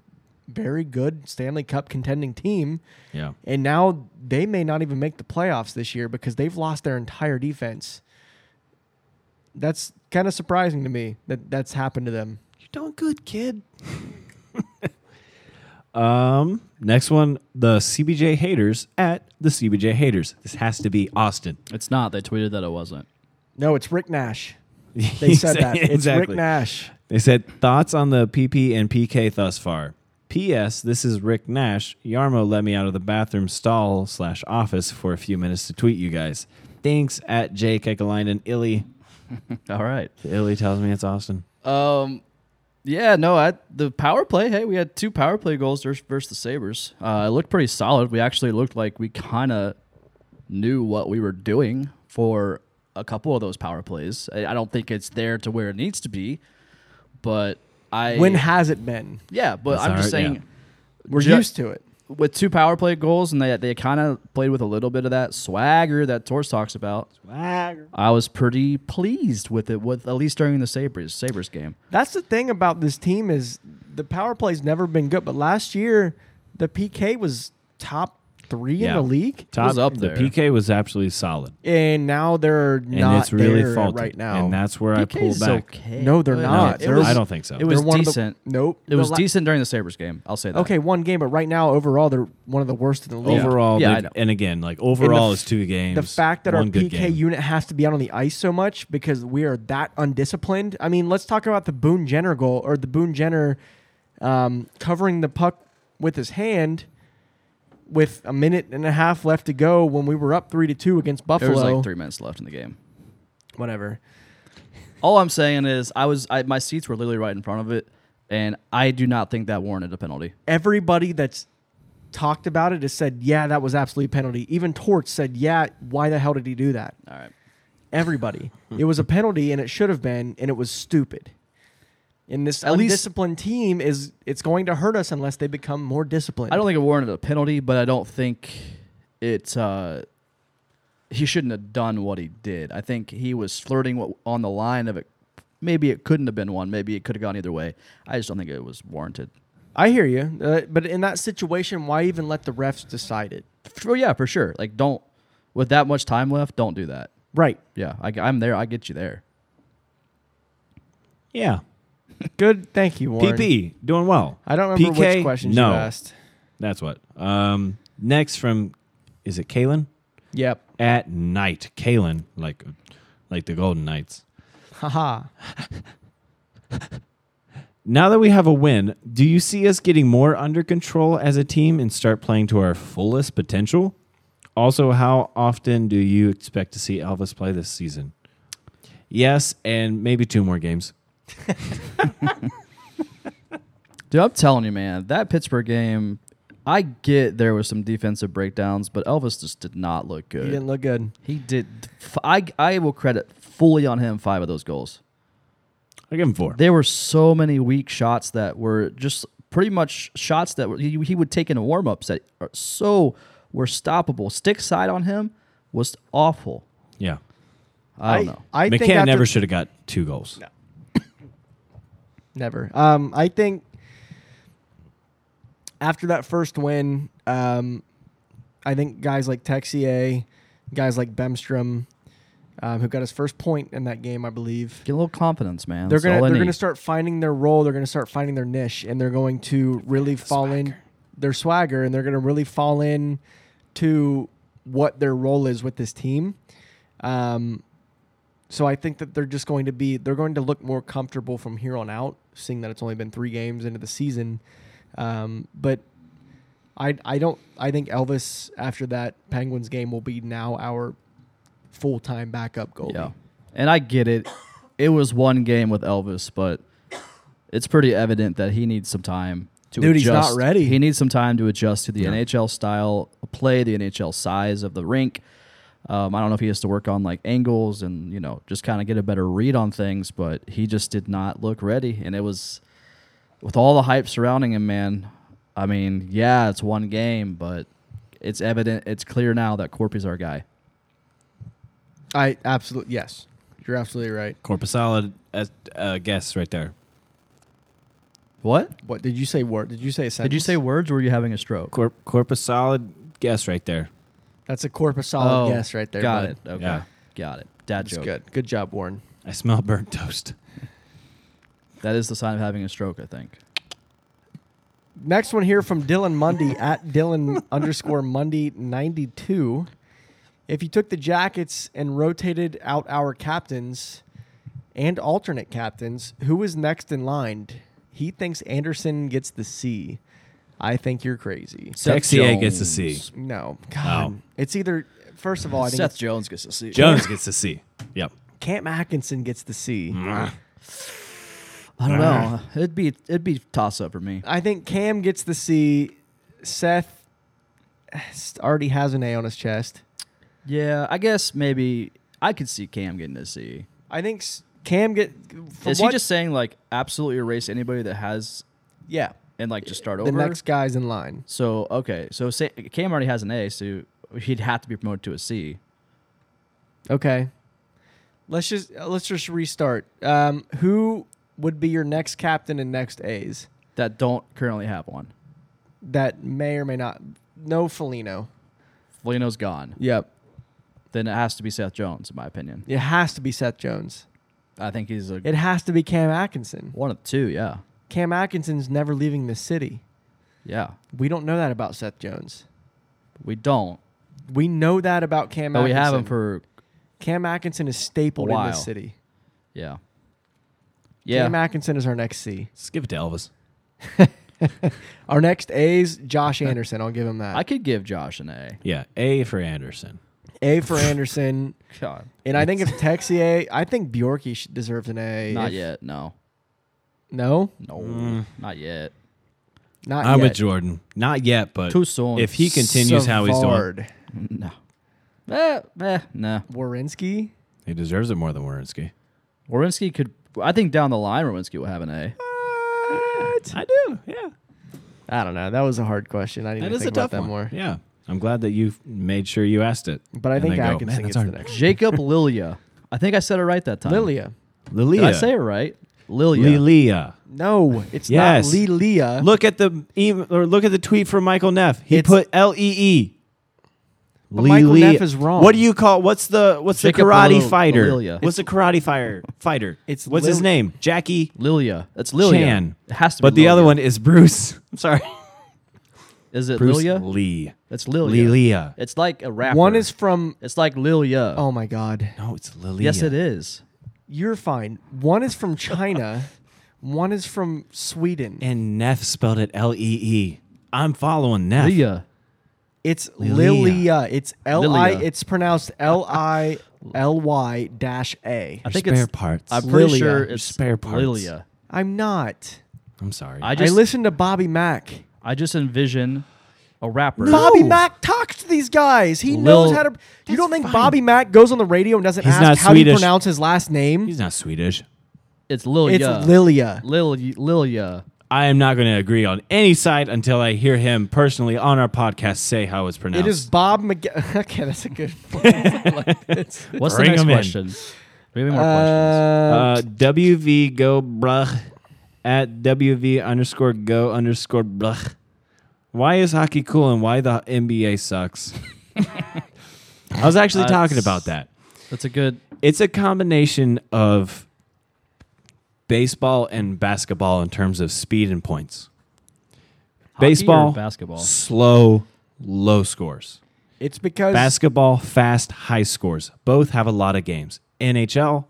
Speaker 2: very good Stanley Cup contending team.
Speaker 1: Yeah.
Speaker 2: And now they may not even make the playoffs this year because they've lost their entire defense. That's kind of surprising to me that that's happened to them.
Speaker 1: You're doing good, kid. um, next one, the CBJ haters at the CBJ haters. This has to be Austin.
Speaker 3: it's not. They tweeted that it wasn't.
Speaker 2: No, it's Rick Nash. They said that. It's Rick Nash.
Speaker 1: They said thoughts on the PP and PK thus far. P.S. This is Rick Nash. Yarmo let me out of the bathroom stall slash office for a few minutes to tweet you guys. Thanks at Jake Ekelainen Illy.
Speaker 3: All right.
Speaker 1: Illy tells me it's Austin.
Speaker 3: Um, Yeah, no, I, the power play. Hey, we had two power play goals vers- versus the Sabers. Uh, it looked pretty solid. We actually looked like we kind of knew what we were doing for a couple of those power plays. I, I don't think it's there to where it needs to be, but I
Speaker 2: When has it been?
Speaker 3: yeah, but
Speaker 1: That's
Speaker 3: I'm
Speaker 1: all
Speaker 3: just
Speaker 1: right, yeah.
Speaker 3: saying
Speaker 2: We're
Speaker 3: Ju-
Speaker 2: used to it.
Speaker 3: with two power play goals, and they they kind of played with a little bit of that swagger that Torres talks about. I was pretty pleased with it, with at least during the Sabres Sabres game.
Speaker 2: That's the thing about this team is the power play's never been good, but last year the PK was top three in
Speaker 1: Yeah.
Speaker 2: the league,
Speaker 1: Top,
Speaker 3: up
Speaker 1: the
Speaker 3: there.
Speaker 1: PK was absolutely solid,
Speaker 2: and now they're
Speaker 1: and
Speaker 2: not
Speaker 1: it's really
Speaker 2: there
Speaker 1: faulty
Speaker 2: right now.
Speaker 1: And that's where I
Speaker 3: PK
Speaker 1: pull
Speaker 3: is
Speaker 1: back.
Speaker 3: okay.
Speaker 2: No, they're
Speaker 3: Uh,
Speaker 2: not.
Speaker 3: it
Speaker 2: They're-
Speaker 3: was-
Speaker 1: I don't think so.
Speaker 3: It was
Speaker 2: They're one of the-
Speaker 3: decent.
Speaker 2: nope.
Speaker 3: It was
Speaker 2: The la-
Speaker 3: decent during the Sabres game. I'll say that.
Speaker 2: Okay, one game, but right now overall they're one of the worst in the league.
Speaker 1: Overall,
Speaker 3: Yeah,
Speaker 1: they-
Speaker 3: I know.
Speaker 1: and again, like overall,
Speaker 2: f-
Speaker 1: is two games.
Speaker 2: the fact that our
Speaker 1: one good
Speaker 2: PK
Speaker 1: game.
Speaker 2: unit has to be out on the ice so much because we are that undisciplined. I mean, let's talk about the Boone Jenner goal or the Boone Jenner um, covering the puck with his hand with a minute and a half left to go when we were up three to two against
Speaker 3: There
Speaker 2: Buffalo.
Speaker 3: was like three minutes left in the game.
Speaker 2: Whatever.
Speaker 3: All I'm saying is, I was I, my seats were literally right in front of it, and I do not think that warranted a penalty.
Speaker 2: Everybody that's talked about it has said, yeah, that was absolute penalty. Even Torch said, yeah, why the hell did he do that?
Speaker 3: All right.
Speaker 2: Everybody. it was a penalty, and it should have been, and it was stupid. And this
Speaker 3: At least-
Speaker 2: undisciplined team is it's going to hurt us unless they become more disciplined.
Speaker 3: I don't think it warranted a penalty, but I don't think it. Uh, he shouldn't have done what he did. I think he was flirting wa- on the line of it. Maybe it couldn't have been one. Maybe it could have gone either way. I just don't think it was warranted.
Speaker 2: I hear you, uh, but in that situation, why even let the refs decide it?
Speaker 3: For, yeah, for sure. Like, don't with that much time left, don't do that.
Speaker 2: Right.
Speaker 3: Yeah, I, am there. I get you there.
Speaker 1: yeah,
Speaker 2: Good. Thank you, Warren.
Speaker 1: PP doing well.
Speaker 2: I don't remember
Speaker 1: PK,
Speaker 2: which questions
Speaker 1: no.
Speaker 2: you asked.
Speaker 1: That's what. Um, next from, is it Kalen?
Speaker 2: Yep.
Speaker 1: At night, Kalen, like, like the Golden Knights.
Speaker 2: Haha.
Speaker 1: Now that we have a win, do you see us getting more under control as a team and start playing to our fullest potential? Also, how often do you expect to see Elvis play this season? Yes, and maybe two more games.
Speaker 3: Dude, I'm telling you, man, that Pittsburgh game, I get there was some defensive breakdowns, but Elvis just did not look
Speaker 2: You
Speaker 3: good.
Speaker 2: didn't look good.
Speaker 3: He did. f- I, I will credit fully on him five of those goals.
Speaker 1: I give him four.
Speaker 3: There were so many weak shots that were just pretty much shots that were, he, he would take in warm ups that are so were stoppable. Stick side on him was awful.
Speaker 1: Yeah,
Speaker 3: I don't know.
Speaker 2: I think
Speaker 1: McCann
Speaker 2: after-
Speaker 1: never should have got two goals.
Speaker 2: Never. Um, I think after that first win, um, I think guys like Texier, guys like Bemstrom, um, who got his first point in that game, I believe.
Speaker 3: Get a little confidence, man.
Speaker 2: They're
Speaker 3: That's all
Speaker 2: gonna
Speaker 3: I
Speaker 2: they're
Speaker 3: need.
Speaker 2: gonna start finding their role. They're gonna start finding their niche, and they're going to really fall in their swagger, and they're gonna really fall in to what their role is with this team. Um, so I think that they're just going to be they're going to look more comfortable from here on out, seeing that it's only been three games into the season. Um, but I I don't I think Elvis after that Penguins game will be now our full time backup goalie.
Speaker 3: Yeah. And I get it. It was one game with Elvis, but it's pretty evident that he needs some time to
Speaker 2: Dude, he's
Speaker 3: adjust.
Speaker 2: not ready.
Speaker 3: He needs some time to adjust to the
Speaker 1: Yeah.
Speaker 3: NHL style of play, the NHL size of the rink. Um, I don't know if he has to work on like angles and you know just kind of get a better read on things, but he just did not look ready, and it was with all the hype surrounding him, man. I mean, yeah, it's one game, but it's evident, it's clear now that Corpy's our guy.
Speaker 2: I absolutely yes. You're absolutely right.
Speaker 1: Corpusala as uh, guess right there.
Speaker 3: What
Speaker 2: What did you say? Word? Did you say? a Sentence?
Speaker 3: did you say? Words? Or were you having a stroke?
Speaker 1: Corp Corpusala guess right there.
Speaker 2: That's a corpus solid
Speaker 3: Oh,
Speaker 2: guess right there.
Speaker 3: Got
Speaker 2: bud.
Speaker 3: it. Okay.
Speaker 1: Yeah.
Speaker 3: Got it. Dad
Speaker 2: That's
Speaker 3: joke.
Speaker 2: good. Good job, Warren.
Speaker 1: I smell burnt toast.
Speaker 3: That is the sign of having a stroke, I think.
Speaker 2: Next one here from Dylan Mundy at Dylan underscore Mundy ninety two. If you took the jackets and rotated out our captains and alternate captains, who is next in line? He thinks Anderson gets the C. I think you're crazy.
Speaker 1: Texier gets a C.
Speaker 3: Jones.
Speaker 2: No, God,
Speaker 1: Oh.
Speaker 2: it's either. First of all, I think
Speaker 3: Seth
Speaker 2: it's
Speaker 3: Jones gets a C.
Speaker 1: Jones gets a C. Yep.
Speaker 2: Camp Atkinson gets the C.
Speaker 3: I don't know. it'd be it'd be toss up for me.
Speaker 2: I think Cam gets the C. Seth already has an A on his chest.
Speaker 3: Yeah, I guess maybe I could see Cam getting a C.
Speaker 2: I think s- Cam get. from
Speaker 3: Is
Speaker 2: what-
Speaker 3: he just saying like absolutely erase anybody that has
Speaker 2: yeah?
Speaker 3: and like just start
Speaker 2: The
Speaker 3: over?
Speaker 2: next guy's in line.
Speaker 3: so okay, so say, Cam already has an A, so he'd have to be promoted to a C.
Speaker 2: Okay. Let's just uh, let's just restart. Um, who would be your next captain and next A's
Speaker 3: that don't currently have one.
Speaker 2: that may or may not? No, Felino.
Speaker 3: Felino's gone.
Speaker 2: Yep.
Speaker 3: Then it has to be Seth Jones, in my opinion.
Speaker 2: It has to be Seth Jones.
Speaker 3: I think he's a
Speaker 2: It has to be Cam Atkinson.
Speaker 3: one of the two. Yeah,
Speaker 2: Cam Atkinson's never leaving the city.
Speaker 3: yeah.
Speaker 2: We don't know that about Seth Jones.
Speaker 3: We don't,
Speaker 2: We know that about Cam.
Speaker 3: but we have
Speaker 2: Atkinson.
Speaker 3: him for
Speaker 2: Cam Atkinson is stapled
Speaker 3: A
Speaker 2: in
Speaker 3: while.
Speaker 2: this city.
Speaker 3: yeah, yeah.
Speaker 2: Cam Atkinson is our next C.
Speaker 1: Just give it to Elvis.
Speaker 2: Our next A's Josh Anderson. I'll give him that.
Speaker 3: I could give Josh an A.
Speaker 1: Yeah, A for Anderson.
Speaker 2: A for Anderson.
Speaker 3: God,
Speaker 2: And I think if Texier, I think Bjorky sh- deserves an A.
Speaker 3: not
Speaker 2: If-
Speaker 3: yet. No,
Speaker 2: No,
Speaker 3: no, not yet.
Speaker 2: not
Speaker 1: I'm
Speaker 2: yet.
Speaker 1: with Jordan. Not yet, but
Speaker 3: Too soon.
Speaker 1: If he continues how he's doing,
Speaker 2: Savard.
Speaker 3: No, eh, eh, nah.
Speaker 2: Warinsky.
Speaker 1: he deserves it more than Warinsky.
Speaker 3: Warinsky could. I think down the line, Warinsky will have an A.
Speaker 2: What?
Speaker 1: I do. Yeah,
Speaker 2: I don't know. That was a hard question. I need
Speaker 1: that
Speaker 2: to
Speaker 1: is
Speaker 2: think
Speaker 1: a
Speaker 2: about
Speaker 1: tough
Speaker 2: that
Speaker 1: one.
Speaker 2: more.
Speaker 1: Yeah, I'm glad that you made sure you asked it.
Speaker 2: But I
Speaker 1: And
Speaker 2: think
Speaker 1: then go,
Speaker 2: Atkinson
Speaker 1: "Man,
Speaker 2: gets
Speaker 1: that's
Speaker 2: the
Speaker 1: our
Speaker 2: next.
Speaker 3: Jacob Lilia. I think I said it right that time.
Speaker 2: Lilia.
Speaker 1: Lilia.
Speaker 3: Did I say it right? Lilia.
Speaker 1: Lilia.
Speaker 2: No, it's
Speaker 1: Yes.
Speaker 2: not Lilia.
Speaker 1: Look at the email, or look at the tweet from Michael Neff. He
Speaker 2: It's-
Speaker 1: put L E E.
Speaker 2: But Michael Neff is wrong.
Speaker 1: What do you call? What's the what's
Speaker 3: Jacob
Speaker 1: the karate
Speaker 3: Lil-
Speaker 1: fighter?
Speaker 3: Lilia.
Speaker 1: What's the karate fire fighter?
Speaker 2: It's
Speaker 1: what's his
Speaker 2: Lil-
Speaker 1: name? Jackie.
Speaker 3: Lilia. It's Lilia.
Speaker 1: Chan.
Speaker 3: It has to be.
Speaker 1: But the other
Speaker 3: Lilia.
Speaker 1: one is Bruce. I'm sorry,
Speaker 3: is it
Speaker 1: Bruce
Speaker 3: Lilia?
Speaker 1: Lee.
Speaker 3: It's Lilia.
Speaker 1: Lilia.
Speaker 3: It's like a rapper.
Speaker 2: One is from.
Speaker 3: It's like Lilia.
Speaker 2: Oh my God.
Speaker 1: No, it's Lilia.
Speaker 3: yes, it is.
Speaker 2: You're fine. One is from China. one is from Sweden.
Speaker 1: And Neff spelled it L E E. I'm following Neff.
Speaker 3: Lilia.
Speaker 2: It's
Speaker 1: Lilia.
Speaker 2: Lilia. It's L I.
Speaker 3: Lilia.
Speaker 2: It's pronounced L I L Y dash A.
Speaker 3: I
Speaker 1: Your
Speaker 3: think
Speaker 1: spare
Speaker 3: it's
Speaker 1: parts.
Speaker 3: I'm pretty
Speaker 2: Lilia.
Speaker 3: sure
Speaker 1: Your
Speaker 3: it's
Speaker 1: spare parts.
Speaker 3: Lilia.
Speaker 2: I'm not.
Speaker 1: I'm sorry.
Speaker 3: I
Speaker 2: I,
Speaker 3: just I,
Speaker 2: listened to Bobby Mack.
Speaker 3: just envision a rapper.
Speaker 2: Bobby Mack talks to these guys. He
Speaker 3: Lil-
Speaker 2: knows how to. You
Speaker 1: That's
Speaker 2: don't think
Speaker 1: fine.
Speaker 2: Bobby Mack goes on the radio and doesn't
Speaker 1: He's
Speaker 2: ask
Speaker 1: not
Speaker 2: how do you
Speaker 1: Swedish.
Speaker 2: pronounce his last name?
Speaker 1: He's not Swedish.
Speaker 3: It's Lilia.
Speaker 2: It's Lilia.
Speaker 3: Lil Lilia.
Speaker 1: I am not going to agree on any side until I hear him personally on our podcast say how it's pronounced.
Speaker 2: It is Bob McG- Okay, that's a good. like this.
Speaker 3: What's
Speaker 1: Bring
Speaker 3: the next
Speaker 1: 'em in.
Speaker 3: question? We have any more questions.
Speaker 2: Uh,
Speaker 1: uh, WV go bruh at WV underscore go underscore bruh. Why is hockey cool and why the NBA sucks? I was actually talking
Speaker 3: That's-
Speaker 1: about that.
Speaker 3: That's a good.
Speaker 1: It's a combination of baseball and basketball in terms of speed and points.
Speaker 3: hockey or
Speaker 1: baseball,
Speaker 3: basketball.
Speaker 1: slow, low scores.
Speaker 2: it's because
Speaker 1: Basketball, fast, high scores. Both have a lot of games. NHL,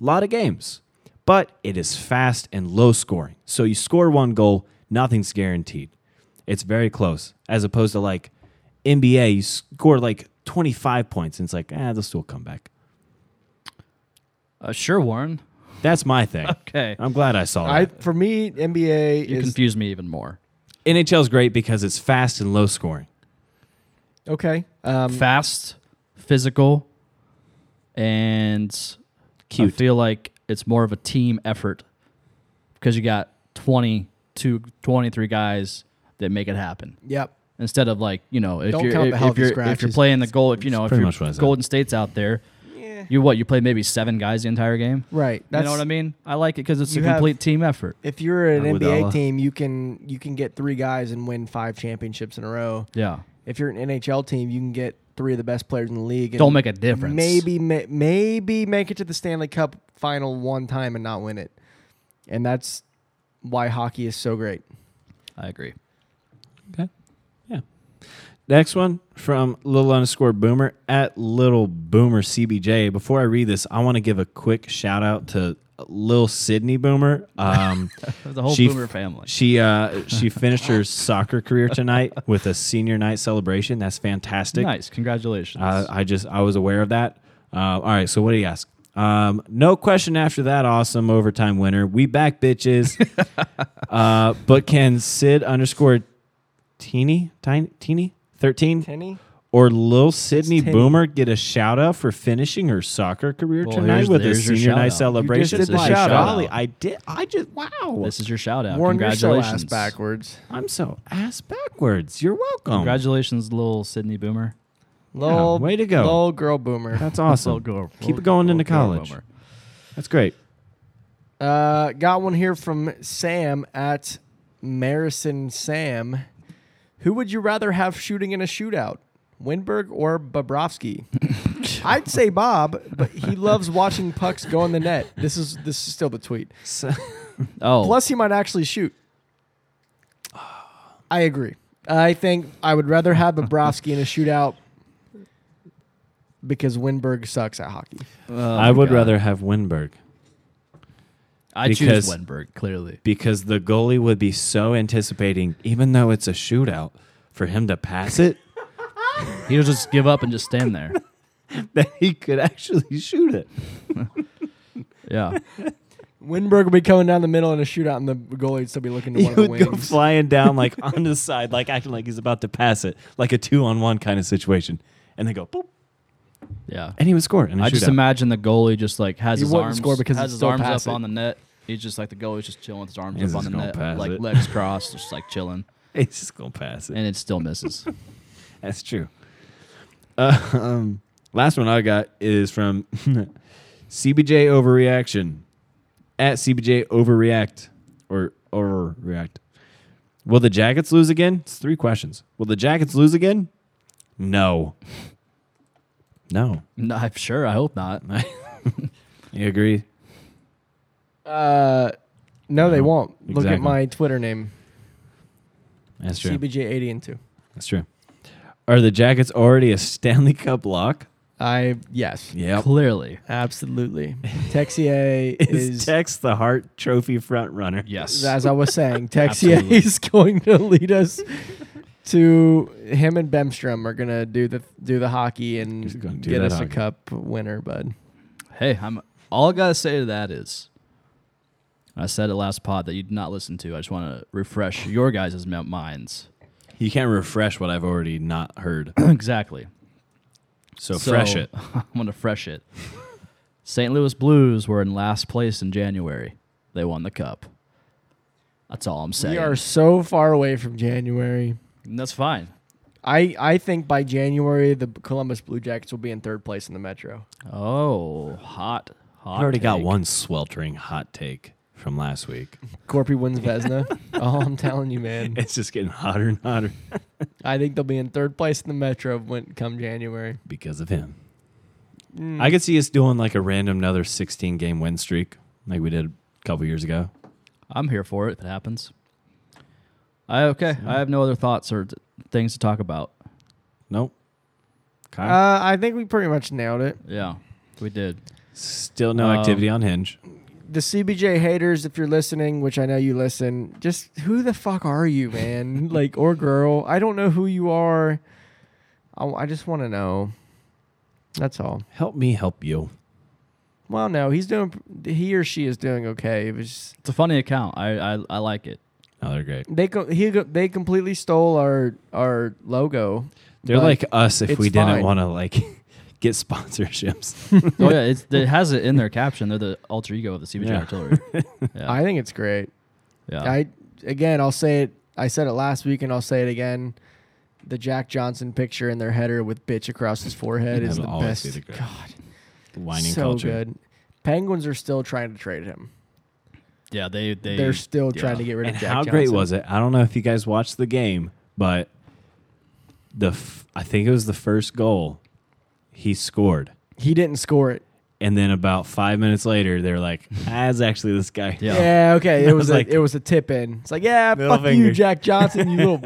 Speaker 1: a lot of games. But it is fast and low scoring. So you score one goal, nothing's guaranteed. It's very close, as opposed to like NBA, you score like 25 points and it's like, ah, they'll still come back.
Speaker 3: Uh, sure, Warren.
Speaker 1: That's my thing.
Speaker 3: Okay.
Speaker 1: I'm glad I saw
Speaker 2: I
Speaker 1: that.
Speaker 2: for me NBA
Speaker 3: You
Speaker 2: is
Speaker 3: confuse me even more.
Speaker 1: NHL is great because it's fast and low scoring.
Speaker 2: okay. Um,
Speaker 3: Fast, physical, and I
Speaker 1: Cute.
Speaker 3: feel like it's more of a team effort because you got 22, 23 guys that make it happen
Speaker 2: yep.
Speaker 3: instead of like you know if
Speaker 2: Don't
Speaker 3: you're
Speaker 2: count the
Speaker 3: if, if
Speaker 2: healthy
Speaker 3: you're if you're
Speaker 2: scratches.
Speaker 3: playing the goal if you know if
Speaker 1: pretty
Speaker 3: you're
Speaker 1: much what I said.
Speaker 3: Golden State's out there, you what you play maybe seven guys the entire game.
Speaker 2: Right.
Speaker 3: you know what I mean? I like it because it's a
Speaker 2: You have-
Speaker 3: complete team effort.
Speaker 2: If you're an
Speaker 1: Iguodala.
Speaker 2: NBA team, you can you can get three guys and win five championships in a row.
Speaker 3: Yeah,
Speaker 2: If you're an NHL team, you can get three of the best players in the league. And
Speaker 3: don't make a difference.
Speaker 2: maybe ma- maybe make it to the Stanley Cup final one time and not win it, and that's why hockey is so great.
Speaker 3: I agree.
Speaker 1: Okay. Yeah. Next one from little underscore boomer at little boomer CBJ. Before I read this, I want to give a quick shout out to little Sydney Boomer. Um,
Speaker 3: The whole
Speaker 1: She-
Speaker 3: Boomer family.
Speaker 1: she uh, she finished her soccer career tonight with a senior night celebration. That's fantastic.
Speaker 3: Nice, congratulations.
Speaker 1: Uh, I just I was aware of that. Uh, all right, so what do you ask? Um, no question after that awesome overtime winner. We back, bitches. uh, but can Sid underscore Teeny, Tiny, Teeny, 13?
Speaker 2: Tenny?
Speaker 1: Or Lil Sydney
Speaker 2: Teeny.
Speaker 1: Boomer get a shout out for finishing her soccer career
Speaker 3: Well,
Speaker 1: tonight
Speaker 3: here's-
Speaker 1: with a
Speaker 3: there's your
Speaker 1: senior
Speaker 3: shout
Speaker 1: night
Speaker 3: out.
Speaker 1: celebration?
Speaker 2: You just did
Speaker 1: My
Speaker 2: the shout out.
Speaker 1: golly, I did. I just, wow.
Speaker 3: This is your shout out.
Speaker 2: Warren, you're so
Speaker 3: Congratulations.
Speaker 2: ass backwards.
Speaker 1: I'm so ass backwards. You're welcome.
Speaker 3: Congratulations, little Sydney Boomer.
Speaker 2: Lol,
Speaker 1: way to go.
Speaker 2: Lol girl boomer.
Speaker 1: That's awesome.
Speaker 3: Little girl-
Speaker 1: Keep
Speaker 3: little-
Speaker 1: it going
Speaker 3: little
Speaker 1: into
Speaker 3: girl
Speaker 1: college.
Speaker 3: Boomer.
Speaker 1: That's great.
Speaker 2: Uh, got one here from Sam at Marison Sam. Who would you rather have shooting in a shootout? Winberg or Bobrovsky? I'd say Bob, but he loves watching pucks go in the net. This is this is still the tweet.
Speaker 3: Oh,
Speaker 2: Plus, he might actually shoot. I agree. I think I would rather have Bobrovsky in a shootout because Winberg sucks at hockey.
Speaker 3: oh
Speaker 1: I
Speaker 3: my
Speaker 1: would
Speaker 3: God.
Speaker 1: rather have Winberg
Speaker 3: I choose
Speaker 1: because-
Speaker 3: Wenberg. Clearly,
Speaker 1: because the goalie would be so anticipating, even though it's a shootout, for him to pass it
Speaker 3: he'll just give up and just stand there.
Speaker 1: that he could actually shoot it.
Speaker 3: Yeah.
Speaker 2: Winberg would be coming down the middle in a shootout, and the goalie would still be looking to
Speaker 1: He
Speaker 2: one of the
Speaker 1: would go
Speaker 2: wings.
Speaker 1: flying down like on the side, like acting like he's about to pass it, like a two on one kind of situation. And they go boop,
Speaker 3: Yeah.
Speaker 1: and he would score. And
Speaker 3: I just imagine the goalie just like has
Speaker 2: He
Speaker 3: his
Speaker 2: wouldn't
Speaker 3: arms
Speaker 2: score because he'd
Speaker 3: has his
Speaker 2: still
Speaker 3: arms up
Speaker 2: pass it.
Speaker 3: on the net. He's just like the goalie's just chilling with his arms
Speaker 1: He's
Speaker 3: up on
Speaker 1: just
Speaker 3: the
Speaker 1: gonna
Speaker 3: net,
Speaker 1: pass
Speaker 3: like
Speaker 1: it.
Speaker 3: legs crossed, just like chilling,
Speaker 1: he's just gonna pass it.
Speaker 3: and it still misses.
Speaker 1: That's true. Uh, um, last one I got is from CBJ Overreaction at CBJ Overreact or Overreact. Will the Jackets lose again? It's three questions. Will the Jackets lose again? No. No.
Speaker 3: no, I'm sure. I hope not.
Speaker 1: You agree?
Speaker 2: Uh, no, they
Speaker 1: No,
Speaker 2: won't. Look
Speaker 1: exactly.
Speaker 2: at my Twitter name,
Speaker 1: That's true.
Speaker 2: CBJ80 and two.
Speaker 1: That's true. Are the Jackets already a Stanley Cup lock?
Speaker 2: I yes,
Speaker 1: Yep.
Speaker 3: Clearly,
Speaker 2: absolutely. Texier
Speaker 1: Is,
Speaker 2: is,
Speaker 1: Tex the Hart Trophy front runner?
Speaker 3: yes.
Speaker 2: as I was saying, Texier
Speaker 3: Absolutely.
Speaker 2: is going to lead us to him and Bemstrom are gonna do the do the hockey
Speaker 1: He's
Speaker 2: and
Speaker 1: gonna do
Speaker 2: get
Speaker 1: that
Speaker 2: us a
Speaker 1: hockey.
Speaker 2: cup winner, bud.
Speaker 3: hey, I'm. All I gotta say to that is, I said it last pod that you did not listen to. I just want to refresh your guys' m- minds.
Speaker 1: You can't refresh what I've already not heard.
Speaker 3: exactly.
Speaker 1: So,
Speaker 3: So,
Speaker 1: fresh it.
Speaker 3: I'm gonna fresh it. St. Louis Blues were in last place in January. They won the cup. That's all I'm saying.
Speaker 2: We are so far away from January.
Speaker 3: And That's fine.
Speaker 2: I, I think by January the Columbus Blue Jackets will be in third place in the Metro.
Speaker 3: Oh, hot, hot.
Speaker 1: I already got
Speaker 3: take.
Speaker 1: one sweltering hot take from last week.
Speaker 2: Corpy wins Vesna. oh, I'm telling you, man.
Speaker 1: It's just getting hotter and hotter
Speaker 2: I think they'll be in third place in the Metro when come January.
Speaker 1: because of him.
Speaker 2: Mm.
Speaker 1: I could see us doing like a random another 16 game win streak like we did a couple years ago.
Speaker 3: I'm here for it if it happens. I okay. I have no other thoughts or t- things to talk about.
Speaker 1: Nope. Kyle,
Speaker 2: Uh, I think we pretty much nailed it.
Speaker 3: Yeah, we did.
Speaker 1: still no
Speaker 3: um,
Speaker 1: activity on Hinge.
Speaker 2: The CBJ haters, if you're listening, which I know you listen, just who the fuck are you, man? like or girl? I don't know who you are. I, I just want to know. That's all.
Speaker 1: Help me help you.
Speaker 2: Well, no, he's doing. He or she is doing okay. It was. Just,
Speaker 3: It's a funny account. I I, I like it.
Speaker 1: Oh, they're great.
Speaker 2: They co- he go- they completely stole our our logo.
Speaker 1: They're
Speaker 2: but
Speaker 1: like us if we
Speaker 2: it's
Speaker 1: didn't
Speaker 2: fine.
Speaker 1: want to like get sponsorships.
Speaker 3: Oh yeah, it's, it has it in their caption. They're the alter ego of the CBJ
Speaker 1: Yeah.
Speaker 3: artillery. Yeah,
Speaker 2: I think it's great.
Speaker 3: yeah.
Speaker 1: Oh.
Speaker 2: I again, I'll say it. I said it last week, and I'll say it again. The Jack Johnson picture in their header with bitch across his forehead is
Speaker 1: That'll
Speaker 2: the
Speaker 1: always
Speaker 2: best.
Speaker 1: be the great.
Speaker 2: God,
Speaker 1: Whining
Speaker 2: so
Speaker 1: culture.
Speaker 2: good. Penguins are still trying to trade him.
Speaker 3: yeah. They they
Speaker 2: They're still
Speaker 3: yeah.
Speaker 2: trying to get rid
Speaker 1: And
Speaker 2: of Jack
Speaker 1: how
Speaker 2: Johnson.
Speaker 1: great was it? I don't know if you guys watched the game, but the f- I think it was the first goal he scored,
Speaker 2: He didn't score it.
Speaker 1: and then about five minutes later, they're like, "Ah, it's actually this guy."
Speaker 3: Yeah.
Speaker 2: Yeah, okay. It was,
Speaker 1: was
Speaker 2: a,
Speaker 1: like-
Speaker 2: it was a tip in. It's like yeah,
Speaker 1: Middle
Speaker 2: fuck you,
Speaker 1: finger.
Speaker 2: Jack Johnson, you little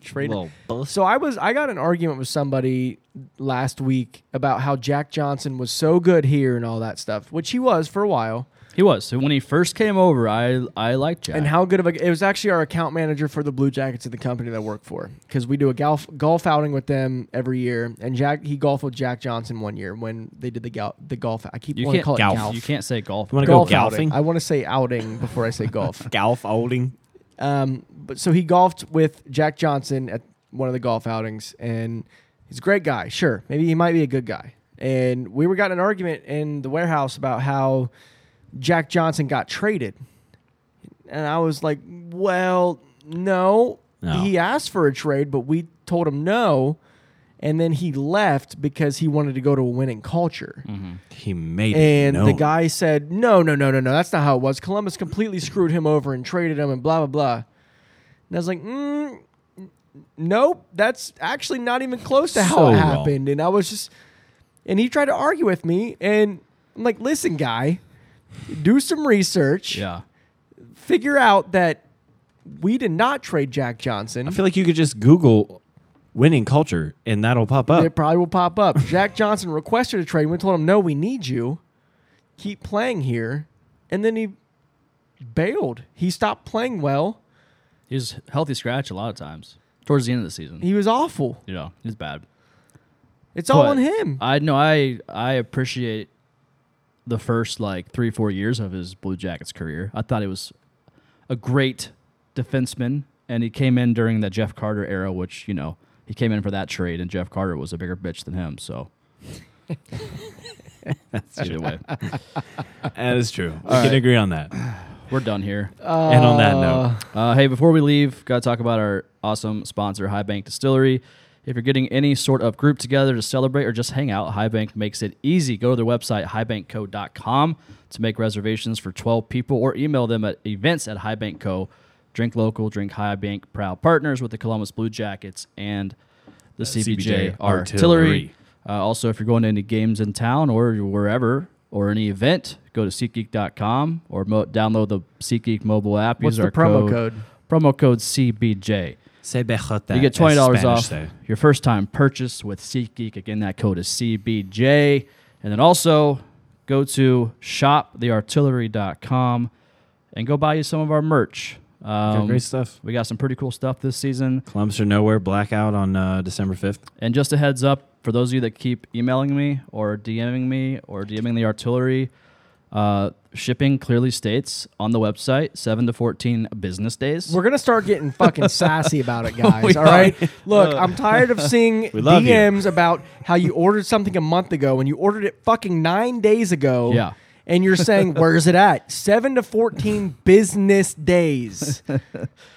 Speaker 2: trade.
Speaker 1: Little bust.
Speaker 2: So I was I got an argument with somebody last week about how Jack Johnson was so good here and all that stuff, which he was for a while.
Speaker 3: He was. So when he first came over, I I liked Jack.
Speaker 2: And how good of a it was actually our account manager for the Blue Jackets of the company that I work for because we do a golf golf outing with them every year. And Jack he golfed with Jack Johnson one year when they did the gol- the golf. I keep
Speaker 3: you
Speaker 2: wanting
Speaker 3: can't
Speaker 2: to call
Speaker 1: golf.
Speaker 2: it golf.
Speaker 3: You can't say golf.
Speaker 1: You wanna
Speaker 2: golf
Speaker 1: go
Speaker 2: outing.
Speaker 1: golfing?
Speaker 2: I want to say outing before I say golf.
Speaker 1: Golf outing.
Speaker 2: Um, but so he golfed with Jack Johnson at one of the golf outings, and he's a great guy. Sure, maybe he might be a good guy. And we were got in an argument in the warehouse about how Jack Johnson got traded, and I was like, "Well, no,
Speaker 1: No.
Speaker 2: he asked for a trade, but we told him no." And then he left because he wanted to go to a winning culture.
Speaker 1: He made
Speaker 2: And
Speaker 1: it. known.
Speaker 2: the guy said, "No, no, no, no, no. That's not how it was. Columbus completely screwed him over and traded him, and blah blah blah." And I was like, mm, n- "Nope, that's actually not even close to how
Speaker 1: So
Speaker 2: it
Speaker 1: wrong.
Speaker 2: happened." And I was just, and he tried to argue with me, and I'm like, "Listen, guy, do some research.
Speaker 3: Yeah.
Speaker 2: Figure out that we did not trade Jack Johnson.
Speaker 1: I feel like you could just Google winning culture and that'll pop up.
Speaker 2: It probably will pop up. Jack Johnson requested a trade. We told him, no, we need you. Keep playing here. And then he bailed. He stopped playing well.
Speaker 3: He was healthy scratch a lot of times towards the end of the season.
Speaker 2: He was awful.
Speaker 3: you know, he's bad.
Speaker 2: It's all
Speaker 3: But
Speaker 2: on him.
Speaker 3: I know. I I appreciate the first like three four years of his Blue Jackets career. I thought he was a great defenseman, and he came in during the Jeff Carter era, which you know he came in for that trade, and Jeff Carter was a bigger bitch than him. So. Either way,
Speaker 1: that is true. We can agree on that.
Speaker 3: we're done here.
Speaker 1: and on that note,
Speaker 3: Uh, hey, before we leave, got to talk about our awesome sponsor, High Bank Distillery. If you're getting any sort of group together to celebrate or just hang out, High Bank makes it easy. Go to their website, highbankco.com, to make reservations for 12 people or email them at events at High Bank Co. Drink local, drink High Bank, proud partners with the Columbus Blue Jackets and the CBJ,
Speaker 1: CBJ
Speaker 3: Artillery.
Speaker 1: Artillery.
Speaker 3: Uh, also, if you're going to any games in town or wherever or any event, go to SeatGeek.com or mo- download the SeatGeek mobile app.
Speaker 2: What's the
Speaker 3: Use our
Speaker 2: promo code?
Speaker 3: Promo code CBJ.
Speaker 1: say bejota.
Speaker 3: You get
Speaker 1: as
Speaker 3: twenty dollars
Speaker 1: Spanish
Speaker 3: off
Speaker 1: say.
Speaker 3: your first time purchase with SeatGeek. Again, that code is CBJ. And then also go to shoptheartillery.com and go buy you some of our merch.
Speaker 1: Got
Speaker 3: Um,
Speaker 1: great stuff.
Speaker 3: We got some pretty cool stuff this season.
Speaker 1: Columbus or nowhere blackout on uh, December fifth.
Speaker 3: And just a heads up for those of you that keep emailing me or DMing me or DMing the artillery, uh, shipping clearly states on the website seven to fourteen business days.
Speaker 2: We're gonna start getting fucking sassy about it, guys.
Speaker 3: We Uh,
Speaker 2: All right, look, I'm tired of seeing
Speaker 1: We love you.
Speaker 2: DMs about how you ordered something a month ago and you ordered it fucking nine days ago.
Speaker 3: Yeah.
Speaker 2: and you're saying where's it at? Seven to fourteen business days.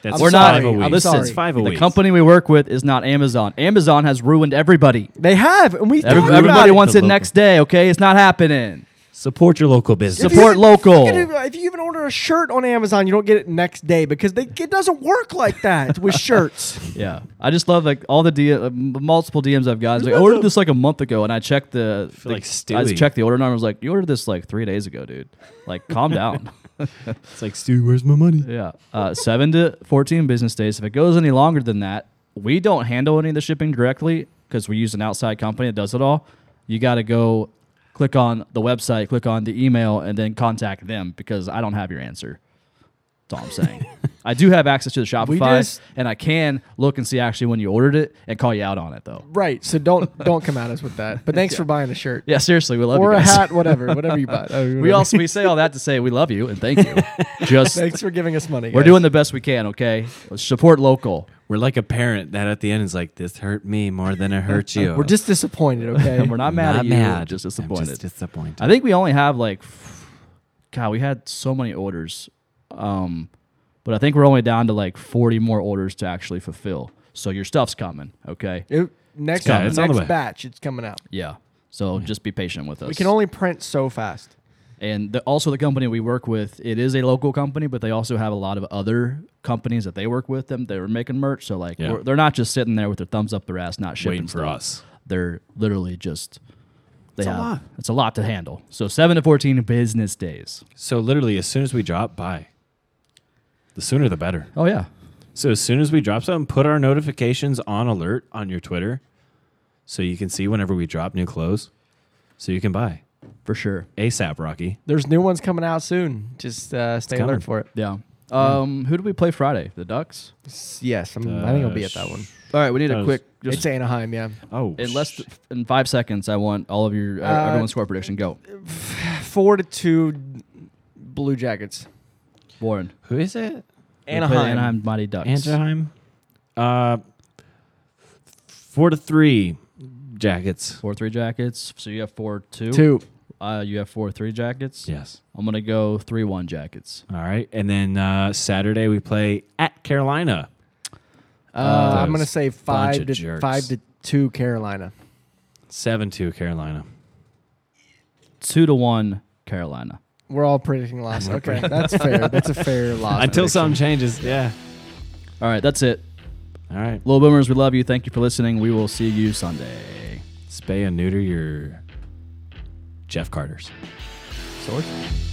Speaker 1: That's
Speaker 2: We're
Speaker 1: five
Speaker 2: not-
Speaker 1: A week.
Speaker 2: I'm
Speaker 1: That's
Speaker 2: sorry.
Speaker 1: five a
Speaker 3: the
Speaker 1: week.
Speaker 3: company we work with is not Amazon. Amazon has ruined everybody.
Speaker 2: They have, and we
Speaker 3: Every-
Speaker 2: talked about
Speaker 3: everybody
Speaker 2: it.
Speaker 3: wants
Speaker 1: The
Speaker 3: it
Speaker 1: local.
Speaker 3: next day. Okay, it's not happening.
Speaker 1: Support your local business.
Speaker 2: If you
Speaker 3: support
Speaker 2: even-
Speaker 3: local.
Speaker 2: If you, even- if you even order a shirt on Amazon, you don't get it next day because they, it doesn't work like that with shirts.
Speaker 3: Yeah, I just love like all the D- uh, m- multiple DMs I've gotten. It's Like, I ordered this like a month ago, and I checked the,
Speaker 1: feel
Speaker 3: the
Speaker 1: like
Speaker 3: I
Speaker 1: Stewie.
Speaker 3: checked the order number. I was like, you ordered this like three days ago, dude. Like, calm down.
Speaker 1: It's like Stu, where's my money?
Speaker 3: Yeah, uh, seven to fourteen business days. If it goes any longer than that, we don't handle any of the shipping directly because we use an outside company that does it all. You got to go click on the website, click on the email, and then contact them because I don't have your answer. That's all I'm saying. I do have access to the Shopify,
Speaker 2: just-
Speaker 3: and I can look and see actually when you ordered it and call you out on it though.
Speaker 2: right. So don't don't come at us with that. But thanks for buying a shirt
Speaker 3: Yeah, seriously, we love
Speaker 2: or
Speaker 3: you
Speaker 2: a
Speaker 3: guys.
Speaker 2: hat, whatever, whatever you buy. Oh,
Speaker 3: We
Speaker 2: whatever.
Speaker 3: also we say all that to say we love you and thank you. Just
Speaker 2: thanks for giving us money.
Speaker 3: we're
Speaker 2: guys.
Speaker 3: doing the best we can. Okay, support local.
Speaker 1: We're like a parent that at the end is like, this hurt me more than it hurt you.
Speaker 2: We're just disappointed. Okay.
Speaker 3: and we're not
Speaker 1: I'm
Speaker 3: mad
Speaker 1: not
Speaker 3: at you.
Speaker 1: mad.
Speaker 3: Just
Speaker 1: I'm
Speaker 3: disappointed.
Speaker 1: just disappointed.
Speaker 3: I think we only have like, f- God, we had so many orders, um, but I think we're only down to like forty more orders to actually fulfill. So your stuff's coming, okay?
Speaker 2: It- next
Speaker 1: Yeah, it's on the
Speaker 2: next
Speaker 1: way.
Speaker 2: batch, it's coming out.
Speaker 3: Yeah. So just be patient with us.
Speaker 2: We can only print so fast.
Speaker 3: and the, also the company we work with, it is a local company, but they also have a lot of other companies that they work with them that are making merch. So like,
Speaker 1: Yeah.
Speaker 3: we're, they're not just sitting there with their thumbs up their ass, not shipping
Speaker 1: Waiting for
Speaker 3: stuff.
Speaker 1: us.
Speaker 3: They're literally just. They
Speaker 1: It's a
Speaker 3: have,
Speaker 1: lot.
Speaker 3: It's a lot to handle. So seven to fourteen business days.
Speaker 1: So literally, as soon as we drop, buy. The sooner the better.
Speaker 3: Oh yeah.
Speaker 1: So as soon as we drop something, put our notifications on alert on your Twitter, so you can see whenever we drop new clothes, so you can buy.
Speaker 3: for sure.
Speaker 1: ASAP, Rocky.
Speaker 2: There's new ones coming out soon. Just uh, stay
Speaker 1: coming.
Speaker 2: alert for it.
Speaker 3: Yeah. Um, who do we play Friday? The Ducks.
Speaker 2: Yes, I'm, I think I'll be at that one.
Speaker 3: Uh, All right, we need
Speaker 1: That
Speaker 3: a
Speaker 1: was-
Speaker 3: quick. Just
Speaker 2: it's Anaheim, yeah.
Speaker 1: Oh,
Speaker 3: in less
Speaker 1: sh-
Speaker 3: th- in five seconds, I want all of your
Speaker 2: Uh,
Speaker 3: everyone's score prediction. Go,
Speaker 2: Four to two, Blue Jackets.
Speaker 3: Warren.
Speaker 1: who is it?
Speaker 3: They play the Anaheim Mighty Ducks.
Speaker 1: Anaheim. Uh, four to three jackets.
Speaker 3: Four three jackets. So you have four two.
Speaker 2: Two.
Speaker 3: Uh, you have four three jackets.
Speaker 1: Yes.
Speaker 3: I'm gonna go three one jackets.
Speaker 1: All right, and then uh, Saturday we play at Carolina.
Speaker 2: Uh,
Speaker 1: Uh,
Speaker 2: I'm gonna
Speaker 1: those
Speaker 2: say
Speaker 1: bunch
Speaker 2: five
Speaker 1: of
Speaker 2: to
Speaker 1: jerks.
Speaker 2: five to two Carolina.
Speaker 1: Seven two Carolina.
Speaker 3: Two to one Carolina.
Speaker 2: We're all predicting loss. Okay, that's fair. That's a fair loss.
Speaker 1: Until
Speaker 2: prediction.
Speaker 1: something changes. Yeah.
Speaker 3: All right, that's it.
Speaker 1: All right.
Speaker 3: Little Boomers, we love you. Thank you for listening. We will see you Sunday.
Speaker 1: Spay and neuter your Jeff Carters.
Speaker 3: Source.